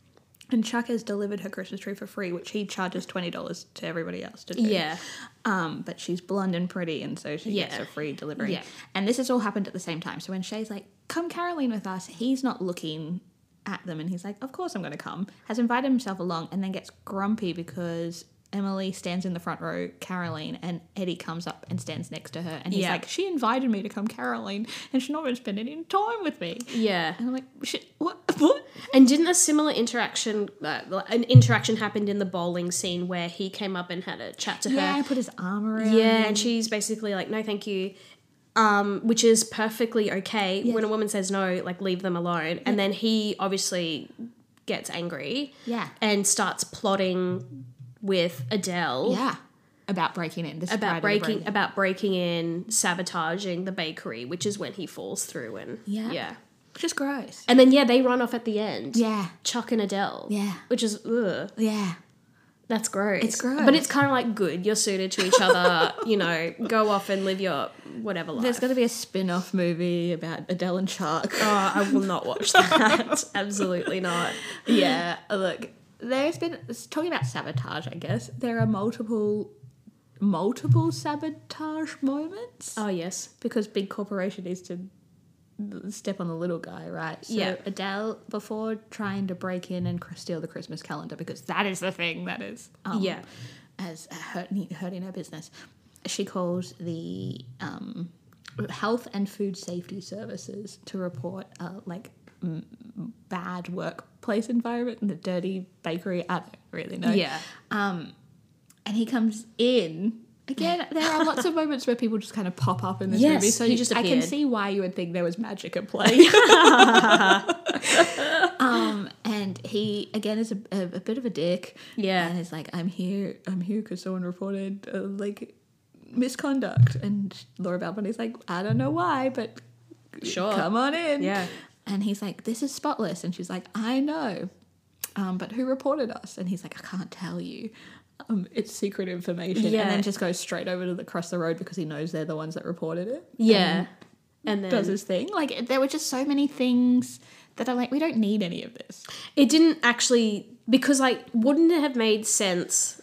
Speaker 1: And Chuck has delivered her Christmas tree for free, which he charges twenty dollars to everybody else to do.
Speaker 2: yeah,
Speaker 1: Um, but she's blonde and pretty, and so she gets
Speaker 2: Yeah.
Speaker 1: a free delivery.
Speaker 2: Yeah.
Speaker 1: And this has all happened at the same time. So when Shay's like, "Come, Caroline, with us," he's not looking at them, and he's like, "Of course, I'm going to come." Has invited himself along, and then gets grumpy because Emily stands in the front row, Caroline, and Eddie comes up and stands next to her, and he's
Speaker 2: Yeah.
Speaker 1: like, "She invited me to come, Caroline, and she's not going to spend any time with me."
Speaker 2: yeah.
Speaker 1: And I'm like, "Shit, what? What?"
Speaker 2: And didn't a similar interaction, uh, an interaction happened in the bowling scene where he came up and had a chat to
Speaker 1: Yeah,
Speaker 2: her?
Speaker 1: put his arm around.
Speaker 2: Yeah, and she's basically like, no, thank you. Um, which is perfectly okay when a woman says no, like leave them alone. And then he obviously gets angry
Speaker 1: yeah,
Speaker 2: and starts plotting with Adele
Speaker 1: yeah. About breaking in. This is right
Speaker 2: about
Speaker 1: at the break.
Speaker 2: breaking about breaking in, sabotaging the bakery, which is when he falls through and
Speaker 1: Yeah.
Speaker 2: yeah.
Speaker 1: Just gross.
Speaker 2: And then yeah, they run off at the end.
Speaker 1: Yeah.
Speaker 2: Chuck and Adele.
Speaker 1: Yeah.
Speaker 2: Which is ugh.
Speaker 1: Yeah.
Speaker 2: That's gross.
Speaker 1: It's gross.
Speaker 2: But it's kind of like good. You're suited to each other. you know, go off and live your whatever life.
Speaker 1: There's got to be a spin off movie about Adele and Chuck.
Speaker 2: oh, I will not watch that. Absolutely not.
Speaker 1: yeah, look, there's been talking about sabotage. I guess there are multiple, multiple sabotage moments
Speaker 2: Oh yes.
Speaker 1: because big corporation needs to step on the little guy, right? So
Speaker 2: Yeah.
Speaker 1: Adele before trying to break in and cr- steal the Christmas calendar because that is the thing that is um,
Speaker 2: Yeah.
Speaker 1: as hurting hurting her business. She calls the um, health and food safety services to report uh, like m- m- bad workplace environment and the dirty bakery. I don't really know.
Speaker 2: Yeah.
Speaker 1: and he comes in. Again, there are lots of moments where people just kind of pop up in this
Speaker 2: Yes,
Speaker 1: movie, so
Speaker 2: he
Speaker 1: you,
Speaker 2: just
Speaker 1: I can
Speaker 2: appeared.
Speaker 1: see why you would think there was magic at play. um, and he again is a, a, a bit of a dick.
Speaker 2: Yeah.
Speaker 1: and it's like I'm here, I'm here because someone reported uh, like misconduct. And Laura Balboni's like, I don't know why, but
Speaker 2: Sure.
Speaker 1: come on in.
Speaker 2: Yeah.
Speaker 1: And he's like, this is spotless. And she's like, I know. Um, but who reported us? And he's like, I can't tell you. Um, it's secret information.
Speaker 2: Yeah.
Speaker 1: And then just goes straight over to the cross the road because he knows they're the ones that reported it.
Speaker 2: Yeah. And then
Speaker 1: Does his thing. Like it- there were just so many things that I'm like, we don't need any of this.
Speaker 2: it didn't actually because like wouldn't it have made sense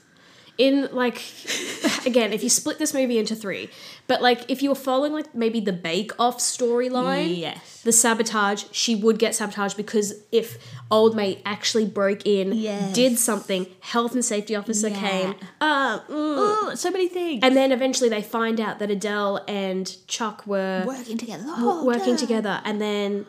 Speaker 2: in like again if you split this movie into three but like if you were following like maybe the bake off storyline
Speaker 1: Yes.
Speaker 2: the sabotage she would get sabotaged because if old mate actually broke in
Speaker 1: Yes.
Speaker 2: did something health and safety officer
Speaker 1: Yeah.
Speaker 2: came uh, mm.
Speaker 1: Ooh, so many things.
Speaker 2: and then eventually they find out that adele and chuck were
Speaker 1: working together. Oh,
Speaker 2: Uh, working
Speaker 1: duh.
Speaker 2: together and then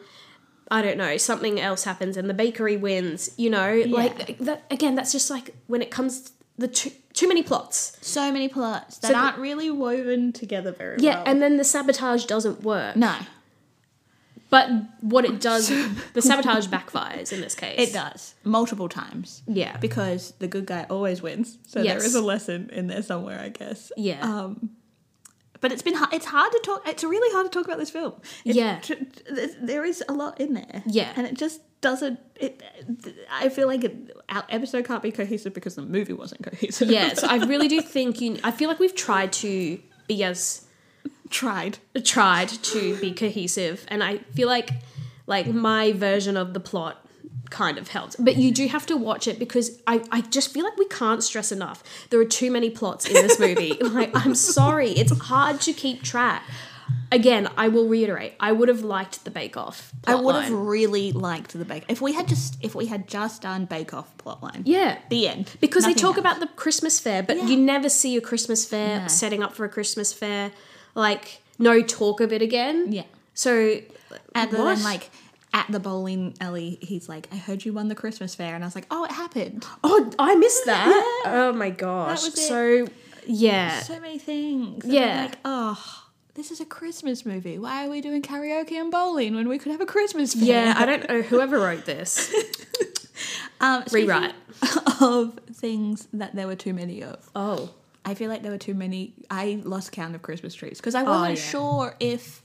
Speaker 2: i don't know something else happens and the bakery wins you know like that again that's just like when it comes to the too, too many plots
Speaker 1: So many plots that
Speaker 2: So-
Speaker 1: aren't really woven together very
Speaker 2: yeah
Speaker 1: well.
Speaker 2: and then the sabotage doesn't work
Speaker 1: no,
Speaker 2: but what it does the sabotage backfires in this case
Speaker 1: it does multiple times.
Speaker 2: yeah
Speaker 1: because the good guy always wins. So
Speaker 2: Yes.
Speaker 1: there is a lesson in there somewhere, I guess.
Speaker 2: yeah
Speaker 1: Um, but it's been har- it's hard to talk. It's really hard to talk about this film. It's
Speaker 2: Yeah.
Speaker 1: tr- th- there is a lot in there.
Speaker 2: Yeah.
Speaker 1: and it just doesn't. It, I feel like it, our episode can't be cohesive because the movie wasn't cohesive.
Speaker 2: yeah so i really do think you i feel like we've tried to be as
Speaker 1: tried.
Speaker 2: tried to be cohesive and i feel like like my version of the plot kind of helped but you do have to watch it because i i just feel like we can't stress enough there are too many plots in this movie like i'm sorry it's hard to keep track again i will reiterate i would have liked the bake off
Speaker 1: I would have
Speaker 2: plotline.
Speaker 1: really liked the bake. If we had just if we had just done Bake Off plotline.
Speaker 2: yeah
Speaker 1: The end.
Speaker 2: because they
Speaker 1: Nothing
Speaker 2: talk
Speaker 1: else.
Speaker 2: about the Christmas fair, but
Speaker 1: Yeah.
Speaker 2: you never see a Christmas fair
Speaker 1: No.
Speaker 2: setting up for a Christmas fair, like no talk of it again.
Speaker 1: Yeah.
Speaker 2: So,
Speaker 1: And
Speaker 2: What?
Speaker 1: then like at the bowling alley, he's like, "I heard you won the Christmas fair," and I was like, "Oh, it happened."
Speaker 2: Oh, I missed that.
Speaker 1: Yeah.
Speaker 2: Oh my gosh.
Speaker 1: That was it.
Speaker 2: So yeah.
Speaker 1: So many things. And
Speaker 2: Yeah.
Speaker 1: I'm like, oh, this is a Christmas movie. Why are we doing karaoke and bowling when we could have a Christmas fair?
Speaker 2: Yeah, I don't know whoever wrote this.
Speaker 1: Um, speaking
Speaker 2: Rewrite.
Speaker 1: of things that there were too many of.
Speaker 2: Oh.
Speaker 1: I feel like there were too many. I lost count of Christmas trees because I wasn't
Speaker 2: Oh, yeah.
Speaker 1: sure if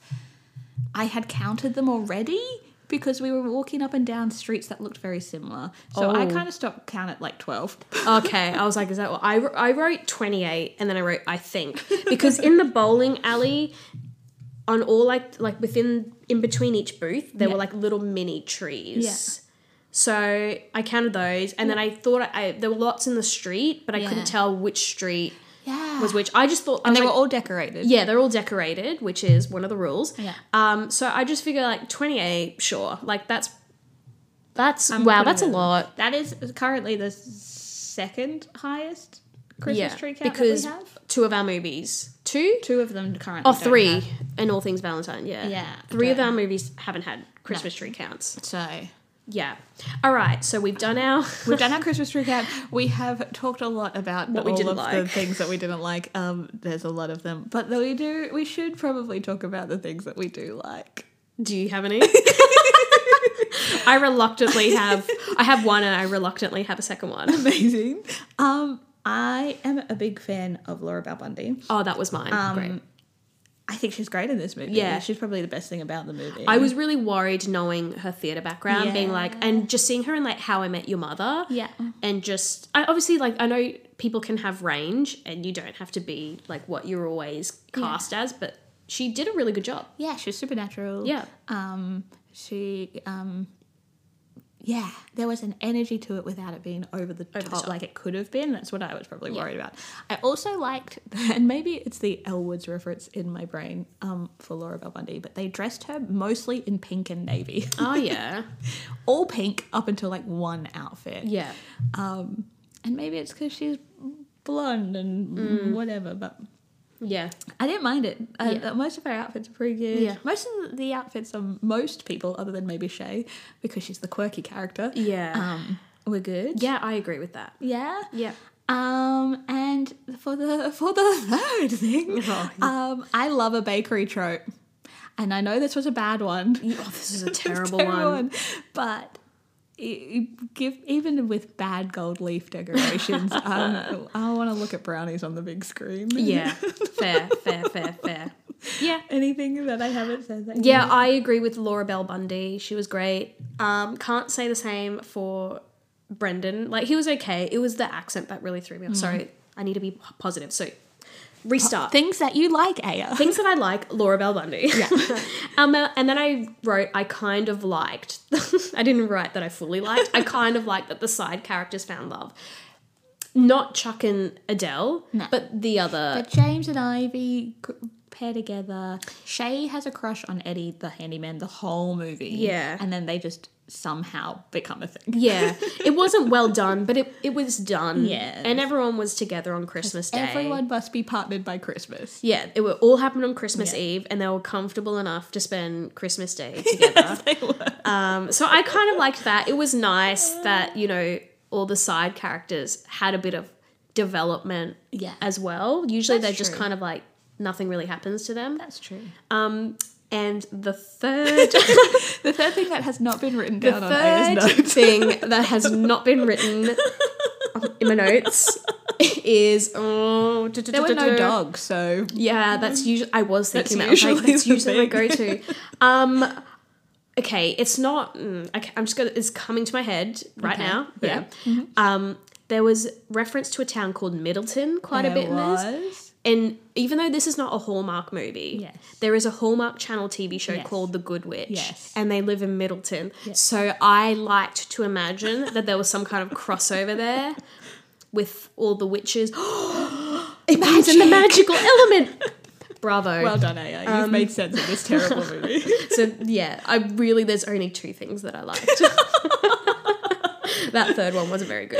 Speaker 1: I had counted them already because we were walking up and down streets that looked very similar. So I
Speaker 2: Oh.
Speaker 1: kind of stopped count at like twelve.
Speaker 2: Okay. I was like, is that what I, wr- I wrote 28 and then I wrote I think because in the bowling alley on all like like within in between each booth there
Speaker 1: Yeah.
Speaker 2: were like little mini trees.
Speaker 1: Yeah.
Speaker 2: So I counted those and then I thought I, there were lots in the street but I
Speaker 1: Yeah.
Speaker 2: couldn't tell which street
Speaker 1: Yeah,
Speaker 2: was which. I just thought I
Speaker 1: and
Speaker 2: was
Speaker 1: they
Speaker 2: like,
Speaker 1: were all decorated.
Speaker 2: Yeah, they're all decorated, which is one of the rules.
Speaker 1: Yeah.
Speaker 2: Um, so I just figure like twenty eight, sure. Like that's that's
Speaker 1: I'm
Speaker 2: wow,
Speaker 1: pretty
Speaker 2: that's a
Speaker 1: good.
Speaker 2: lot.
Speaker 1: That is currently the second highest Christmas
Speaker 2: yeah.
Speaker 1: tree count
Speaker 2: because
Speaker 1: that we have.
Speaker 2: two of our movies. Two?
Speaker 1: Two of them currently.
Speaker 2: Oh,
Speaker 1: don't
Speaker 2: three.
Speaker 1: have.
Speaker 2: And all things Valentine, yeah.
Speaker 1: Yeah,
Speaker 2: Three of
Speaker 1: don't-
Speaker 2: our movies haven't had Christmas tree counts.
Speaker 1: So
Speaker 2: Yeah. Alright, so we've done our
Speaker 1: we've done our Christmas tree count. We have talked a lot about
Speaker 2: What we
Speaker 1: all
Speaker 2: didn't
Speaker 1: of
Speaker 2: like.
Speaker 1: the things that we didn't like. Um, there's a lot of them, but though we do, we should probably talk about the things that we do like.
Speaker 2: Do you have any? I reluctantly have I have one and I reluctantly have a second one.
Speaker 1: Amazing. Um, I am a big fan of Laura Balbundy.
Speaker 2: Oh, that was mine.
Speaker 1: Um,
Speaker 2: Great.
Speaker 1: I think she's great in this movie.
Speaker 2: Yeah.
Speaker 1: she's probably the best thing about the movie.
Speaker 2: I was really worried knowing her theatre background, being
Speaker 1: Yeah.
Speaker 2: like, and just seeing her in like How I Met Your Mother.
Speaker 1: Yeah.
Speaker 2: And just, I obviously, like, I know people can have range and you don't have to be like what you're always cast as, but she did a really good job.
Speaker 1: Yeah, she was supernatural.
Speaker 2: Yeah.
Speaker 1: Um, she um, yeah, there was an energy to it without it being over the,
Speaker 2: the
Speaker 1: top,
Speaker 2: top.
Speaker 1: like it could have been. That's what I was probably
Speaker 2: Yeah.
Speaker 1: worried about. I also liked, and maybe it's the Elwoods reference in my brain um, for Laura Bell Bundy, but they dressed her mostly in pink and navy,
Speaker 2: Oh, yeah.
Speaker 1: all pink up until like one outfit.
Speaker 2: yeah.
Speaker 1: Um, and maybe it's because she's blonde and whatever, but
Speaker 2: Yeah.
Speaker 1: I didn't mind it. Uh,
Speaker 2: Mm. Yeah.
Speaker 1: uh, Most of our outfits are pretty good.
Speaker 2: Yeah.
Speaker 1: Most of the outfits of most people, other than maybe Shay, because she's the quirky character,
Speaker 2: Yeah.
Speaker 1: um, were good.
Speaker 2: yeah, I agree with that.
Speaker 1: Yeah.
Speaker 2: Yeah.
Speaker 1: Um, and for the for the third thing,
Speaker 2: Oh,
Speaker 1: um, I love a bakery trope, and I know this was a bad one.
Speaker 2: Oh, this is a terrible,
Speaker 1: Terrible
Speaker 2: one.
Speaker 1: but e- give even with bad gold leaf decorations, um, I want to look at brownies on the big screen.
Speaker 2: Yeah, fair, fair, fair, fair. Yeah.
Speaker 1: Anything that I haven't said that
Speaker 2: Yeah, I agree with Laura Bell Bundy. She was great. Um, can't say the same for Brendan. Like he was okay. It was the accent that really threw me
Speaker 1: Mm.
Speaker 2: off. Sorry, I need to be p- positive. So restart.
Speaker 1: things that you like, Aya.
Speaker 2: Things that I like, Laura Bell Bundy.
Speaker 1: Yeah.
Speaker 2: um, uh, and then I wrote, I kind of liked. I didn't write that I fully liked. I kind of liked that the side characters found love. Not Chuck and Adele,
Speaker 1: No.
Speaker 2: but the other.
Speaker 1: But James and Ivy c- pair together. Shay has a crush on Eddie the handyman the whole movie.
Speaker 2: Yeah.
Speaker 1: And then they just somehow become a thing.
Speaker 2: Yeah, it wasn't well done, but it, it was done.
Speaker 1: Yes.
Speaker 2: and everyone was together on Christmas Day.
Speaker 1: Everyone must be partnered by Christmas.
Speaker 2: Yeah, it were, all happened on Christmas
Speaker 1: Yeah.
Speaker 2: Eve, and they were comfortable enough to spend Christmas Day together. um, so I kind of liked that. It was nice that you know all the side characters had a bit of development
Speaker 1: Yeah.
Speaker 2: as well. Usually
Speaker 1: That's
Speaker 2: they're just
Speaker 1: true.
Speaker 2: kind of like nothing really happens to them.
Speaker 1: That's true.
Speaker 2: Um, and the third.
Speaker 1: The third thing that has not been written
Speaker 2: The
Speaker 1: down on Aya's notes.
Speaker 2: third thing that has not been written on- in my notes is oh, du- du-
Speaker 1: There were
Speaker 2: du-
Speaker 1: no
Speaker 2: du-
Speaker 1: dogs, so
Speaker 2: Yeah, that's usually. I was thinking
Speaker 1: That's
Speaker 2: that. I was like,
Speaker 1: usually
Speaker 2: that's
Speaker 1: the
Speaker 2: usually my
Speaker 1: thing.
Speaker 2: go-to. Um, okay, it's not. mm, Okay, I'm just gonna. It's coming to my head right
Speaker 1: Okay,
Speaker 2: now.
Speaker 1: yeah. Mm-hmm.
Speaker 2: Boom. Um, there was reference to a town called Middleton quite a bit in this. And even though this is not a Hallmark movie,
Speaker 1: Yes.
Speaker 2: there is a Hallmark Channel TV show
Speaker 1: Yes.
Speaker 2: called The Good Witch,
Speaker 1: Yes.
Speaker 2: and they live in Middleton. So I liked to imagine that there was some kind of crossover there with all the witches. Imagine the magical element. Bravo.
Speaker 1: Well done, Aya. You've made sense of this terrible movie.
Speaker 2: so yeah, I really there's only two things that I liked. that third one wasn't very good.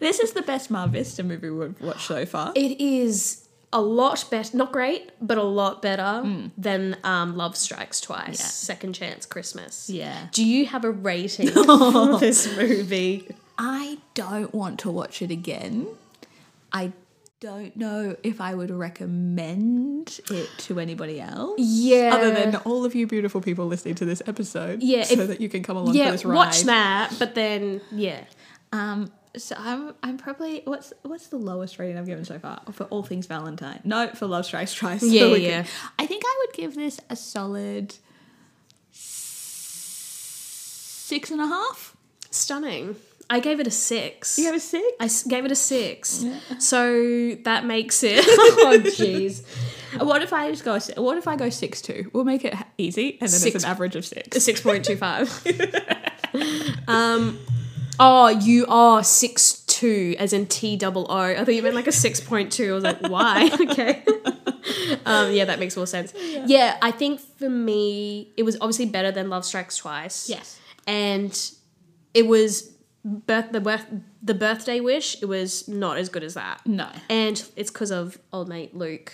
Speaker 1: this is the best Mar Vista movie we've watched so far.
Speaker 2: It is a lot better, not great, but a lot better than um, Love Strikes Twice,
Speaker 1: Mm. Yeah.
Speaker 2: Second Chance Christmas.
Speaker 1: Yeah.
Speaker 2: Do you have a rating for this movie?
Speaker 1: I don't want to watch it again. I don't know if I would recommend it to anybody else.
Speaker 2: Yeah.
Speaker 1: Other than all of you beautiful people listening to this episode.
Speaker 2: Yeah,
Speaker 1: So
Speaker 2: if-
Speaker 1: that you can come along
Speaker 2: yeah,
Speaker 1: for this ride.
Speaker 2: watch that, but then yeah,
Speaker 1: Um so I'm I'm probably what's what's the lowest rating I've given so far? For all things Valentine. No, for Love Strikes Twice.
Speaker 2: Yeah,
Speaker 1: We
Speaker 2: yeah,
Speaker 1: can- I think I would give this a solid six and a half.
Speaker 2: stunning. I gave it a six.
Speaker 1: You have a six?
Speaker 2: I s- gave it a six, so that makes it. oh jeez,
Speaker 1: Uh, What if I just go? What if I go six two? We'll make it easy, and then
Speaker 2: Six-
Speaker 1: it's an average of
Speaker 2: a
Speaker 1: six.
Speaker 2: six point two five. Um. Oh, you are six two, as in T double O. I thought you meant like a six point two. I was like, why? okay. um, yeah, that makes more sense. Yeah. I think for me, it was obviously better than Love Strikes Twice.
Speaker 1: Yes.
Speaker 2: and it was birth the birth the birthday wish. It was not as good as that.
Speaker 1: No.
Speaker 2: and it's because of old mate Luke.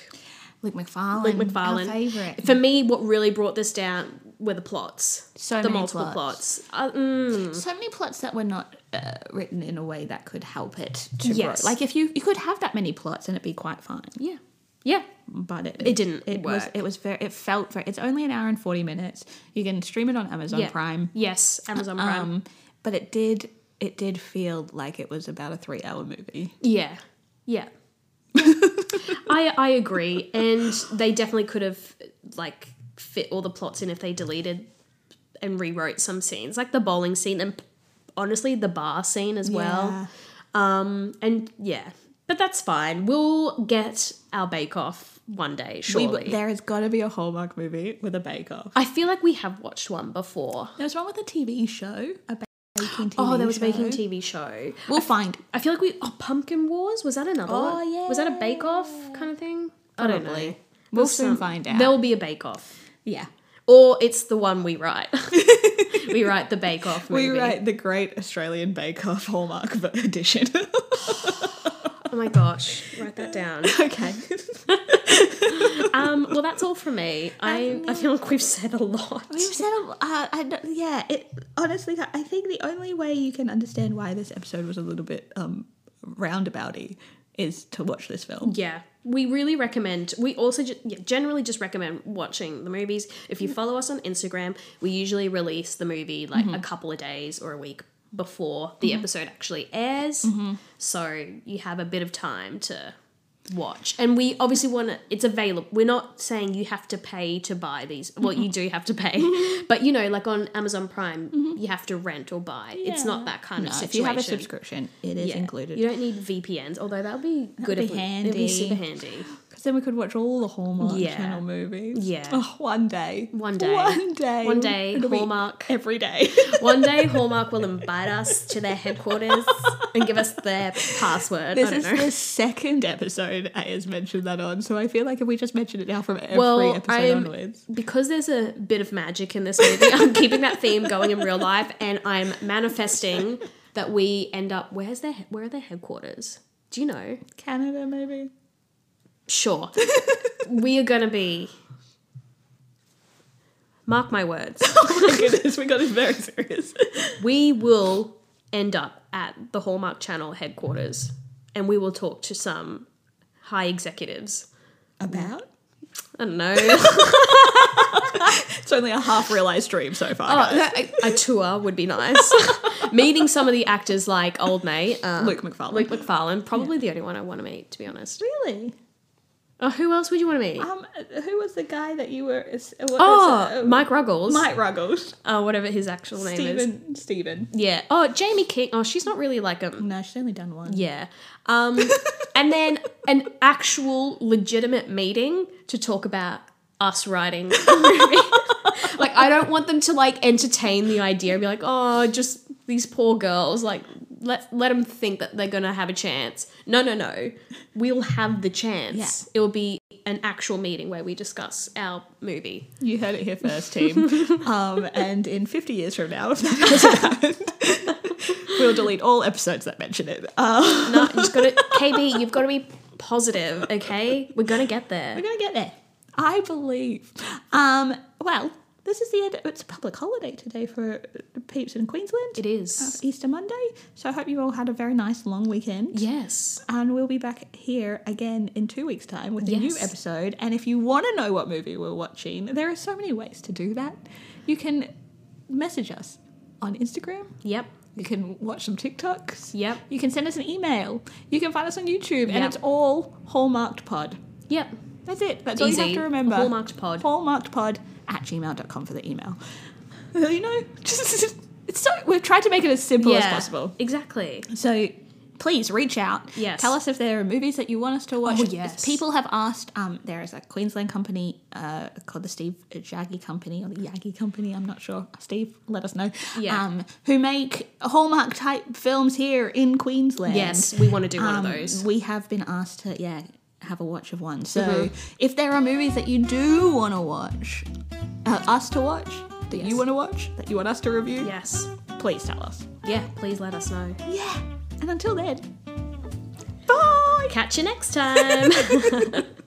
Speaker 1: Luke McFarlane.
Speaker 2: Luke McFarlane.
Speaker 1: favorite.
Speaker 2: For me, what really brought this down were the plots.
Speaker 1: So
Speaker 2: the
Speaker 1: many
Speaker 2: multiple plots.
Speaker 1: plots.
Speaker 2: Uh, mm,
Speaker 1: So many plots that were not uh, written in a way that could help it to
Speaker 2: Yes.
Speaker 1: grow. Like if you you could have that many plots and it'd be quite fine.
Speaker 2: yeah, yeah.
Speaker 1: But it,
Speaker 2: It didn't
Speaker 1: It was
Speaker 2: work.
Speaker 1: it was very it felt very. It's only an hour and forty minutes. You can stream it on Amazon
Speaker 2: yeah.
Speaker 1: Prime.
Speaker 2: Yes, Amazon Prime.
Speaker 1: Um, but it did it did feel like it was about a three hour movie.
Speaker 2: yeah, yeah. I I agree, and they definitely could have like fit all the plots in if they deleted and rewrote some scenes, like the bowling scene and honestly the bar scene as well. Um, and yeah, but that's fine. We'll get our Bake Off one day,
Speaker 1: We,
Speaker 2: surely.
Speaker 1: there has got to be a Hallmark movie with a Bake Off.
Speaker 2: I feel like we have watched one before.
Speaker 1: There was one with a TV show. A ba- baking TV
Speaker 2: Oh, there was a
Speaker 1: show.
Speaker 2: baking TV show.
Speaker 1: We'll find.
Speaker 2: I feel like we oh Pumpkin Wars was that another
Speaker 1: Oh,
Speaker 2: one? Was that a Bake Off kind of thing? I don't know.
Speaker 1: Probably. We'll
Speaker 2: There's
Speaker 1: soon
Speaker 2: some-
Speaker 1: find out.
Speaker 2: There'll be a Bake Off,
Speaker 1: Yeah.
Speaker 2: or it's the one we write. we write the Bake Off movie.
Speaker 1: We write the Great Australian Bake Off Hallmark v- edition.
Speaker 2: Oh my gosh, write that down.
Speaker 1: okay.
Speaker 2: Um, well, that's all from me. I I feel like we've said a lot.
Speaker 1: We've said, a- uh, I don't- yeah, it, honestly, I think the only way you can understand why this episode was a little bit um, roundabouty is to watch this film.
Speaker 2: Yeah. We really recommend, we also ju- yeah, generally just recommend watching the movies. If you follow us on Instagram, we usually release the movie like
Speaker 1: Mm-hmm.
Speaker 2: a couple of days or a week before the episode actually airs.
Speaker 1: Mm-hmm.
Speaker 2: So you have a bit of time to watch. And we obviously want to, it's available. We're not saying you have to pay to buy these. Well,
Speaker 1: Mm-hmm.
Speaker 2: you do have to pay. but you know, like on Amazon Prime, you have to rent or buy. It's not that kind of
Speaker 1: No,
Speaker 2: situation.
Speaker 1: if Mm-hmm. you have a subscription, it is
Speaker 2: Yeah.
Speaker 1: included.
Speaker 2: You don't need VPNs, although that would be good.
Speaker 1: be
Speaker 2: if we- It'd
Speaker 1: handy.
Speaker 2: be super handy.
Speaker 1: 'Cause then we could watch all the Hallmark
Speaker 2: Yeah.
Speaker 1: Channel movies.
Speaker 2: Yeah.
Speaker 1: Oh, one day.
Speaker 2: One day.
Speaker 1: One day.
Speaker 2: One day,
Speaker 1: It'll be
Speaker 2: Hallmark.
Speaker 1: Every day.
Speaker 2: One day, Hallmark will invite us to their headquarters and give us their password.
Speaker 1: This
Speaker 2: I don't
Speaker 1: is
Speaker 2: know.
Speaker 1: the second episode I has mentioned that on, so I feel like if we just mention it now from every
Speaker 2: Well,
Speaker 1: episode
Speaker 2: I'm-
Speaker 1: onwards.
Speaker 2: because there's a bit of magic in this movie, I'm keeping that theme going in real life, and I'm manifesting that we end up. Where's their? Where are their headquarters? Do you know?
Speaker 1: Canada, maybe?
Speaker 2: Sure, we are gonna be. Mark my words.
Speaker 1: Oh my goodness, we got this very serious.
Speaker 2: we will end up at the Hallmark Channel headquarters and we will talk to some high executives.
Speaker 1: About?
Speaker 2: I don't know,
Speaker 1: It's only a half realized dream so far. guys.
Speaker 2: a, a tour would be nice. Meeting some of the actors like old mate, um,
Speaker 1: Luke McFarlane.
Speaker 2: Luke McFarlane, probably the only one I want to meet, to be honest.
Speaker 1: Really?
Speaker 2: Oh, who else would you want to meet?
Speaker 1: Um, who was the guy that you were? is- uh, what-
Speaker 2: oh,
Speaker 1: is, uh,
Speaker 2: Mike Ruggles.
Speaker 1: Mike Ruggles.
Speaker 2: Oh, whatever his actual name is.
Speaker 1: Stephen. Stephen.
Speaker 2: Yeah. Oh, Jamie King. Oh, she's not really like a
Speaker 1: No, she's only done one.
Speaker 2: Yeah. Um, and then an actual legitimate meeting to talk about us writing the movie. like I don't want them to like entertain the idea and be like, oh, just these poor girls. Like let let them think that they're gonna have a chance. No, no, no. We'll have the chance.
Speaker 1: Yeah.
Speaker 2: It will be an actual meeting where we discuss our movie.
Speaker 1: You heard it here first, team. um, and in 50 years from now, if that hasn't happened, we'll delete all episodes that mention it. Um,
Speaker 2: No, you just gotta KB. You've got to be positive. Okay, we're gonna get there.
Speaker 1: we're going to get there. I believe. Um, well, this is the end. It's a public holiday today for peeps in Queensland.
Speaker 2: It is.
Speaker 1: Easter Monday. So I hope you all had a very nice long weekend.
Speaker 2: Yes.
Speaker 1: And we'll be back here again in two weeks' time with a new
Speaker 2: Yes.
Speaker 1: episode. And if you want to know what movie we're watching, there are so many ways to do that. You can message us on Instagram.
Speaker 2: Yep.
Speaker 1: You can watch some TikToks.
Speaker 2: Yep.
Speaker 1: You can send us an email. You can find us on YouTube. And
Speaker 2: Yep.
Speaker 1: it's all Hallmarked Pod.
Speaker 2: Yep.
Speaker 1: That's it. That's all you
Speaker 2: Easy.
Speaker 1: have to remember.
Speaker 2: Hallmarked Pod.
Speaker 1: Hallmarked Pod at gmail.com for the email. You know, just, it's so, we've tried to make it as simple as possible.
Speaker 2: Exactly.
Speaker 1: So please reach out.
Speaker 2: Yes.
Speaker 1: Tell us if there are movies that you want us to watch.
Speaker 2: Oh, yes.
Speaker 1: People have asked. Um, there is a Queensland company uh, called the Steve Jaggy Company or the Yaggy Company. I'm not sure. Steve, let us know.
Speaker 2: Yeah.
Speaker 1: Um, who make Hallmark type films here in Queensland?
Speaker 2: Yes, we want to do one
Speaker 1: Um,
Speaker 2: of those.
Speaker 1: We have been asked to yeah have a watch of one. So
Speaker 2: Mm-hmm.
Speaker 1: if there are movies that you do want to watch, uh, us to watch. That you
Speaker 2: Yes.
Speaker 1: want to watch, that you want us to review,
Speaker 2: Yes.
Speaker 1: please tell us.
Speaker 2: Yeah, please let us know.
Speaker 1: Yeah. And until then, bye.
Speaker 2: Catch you next time.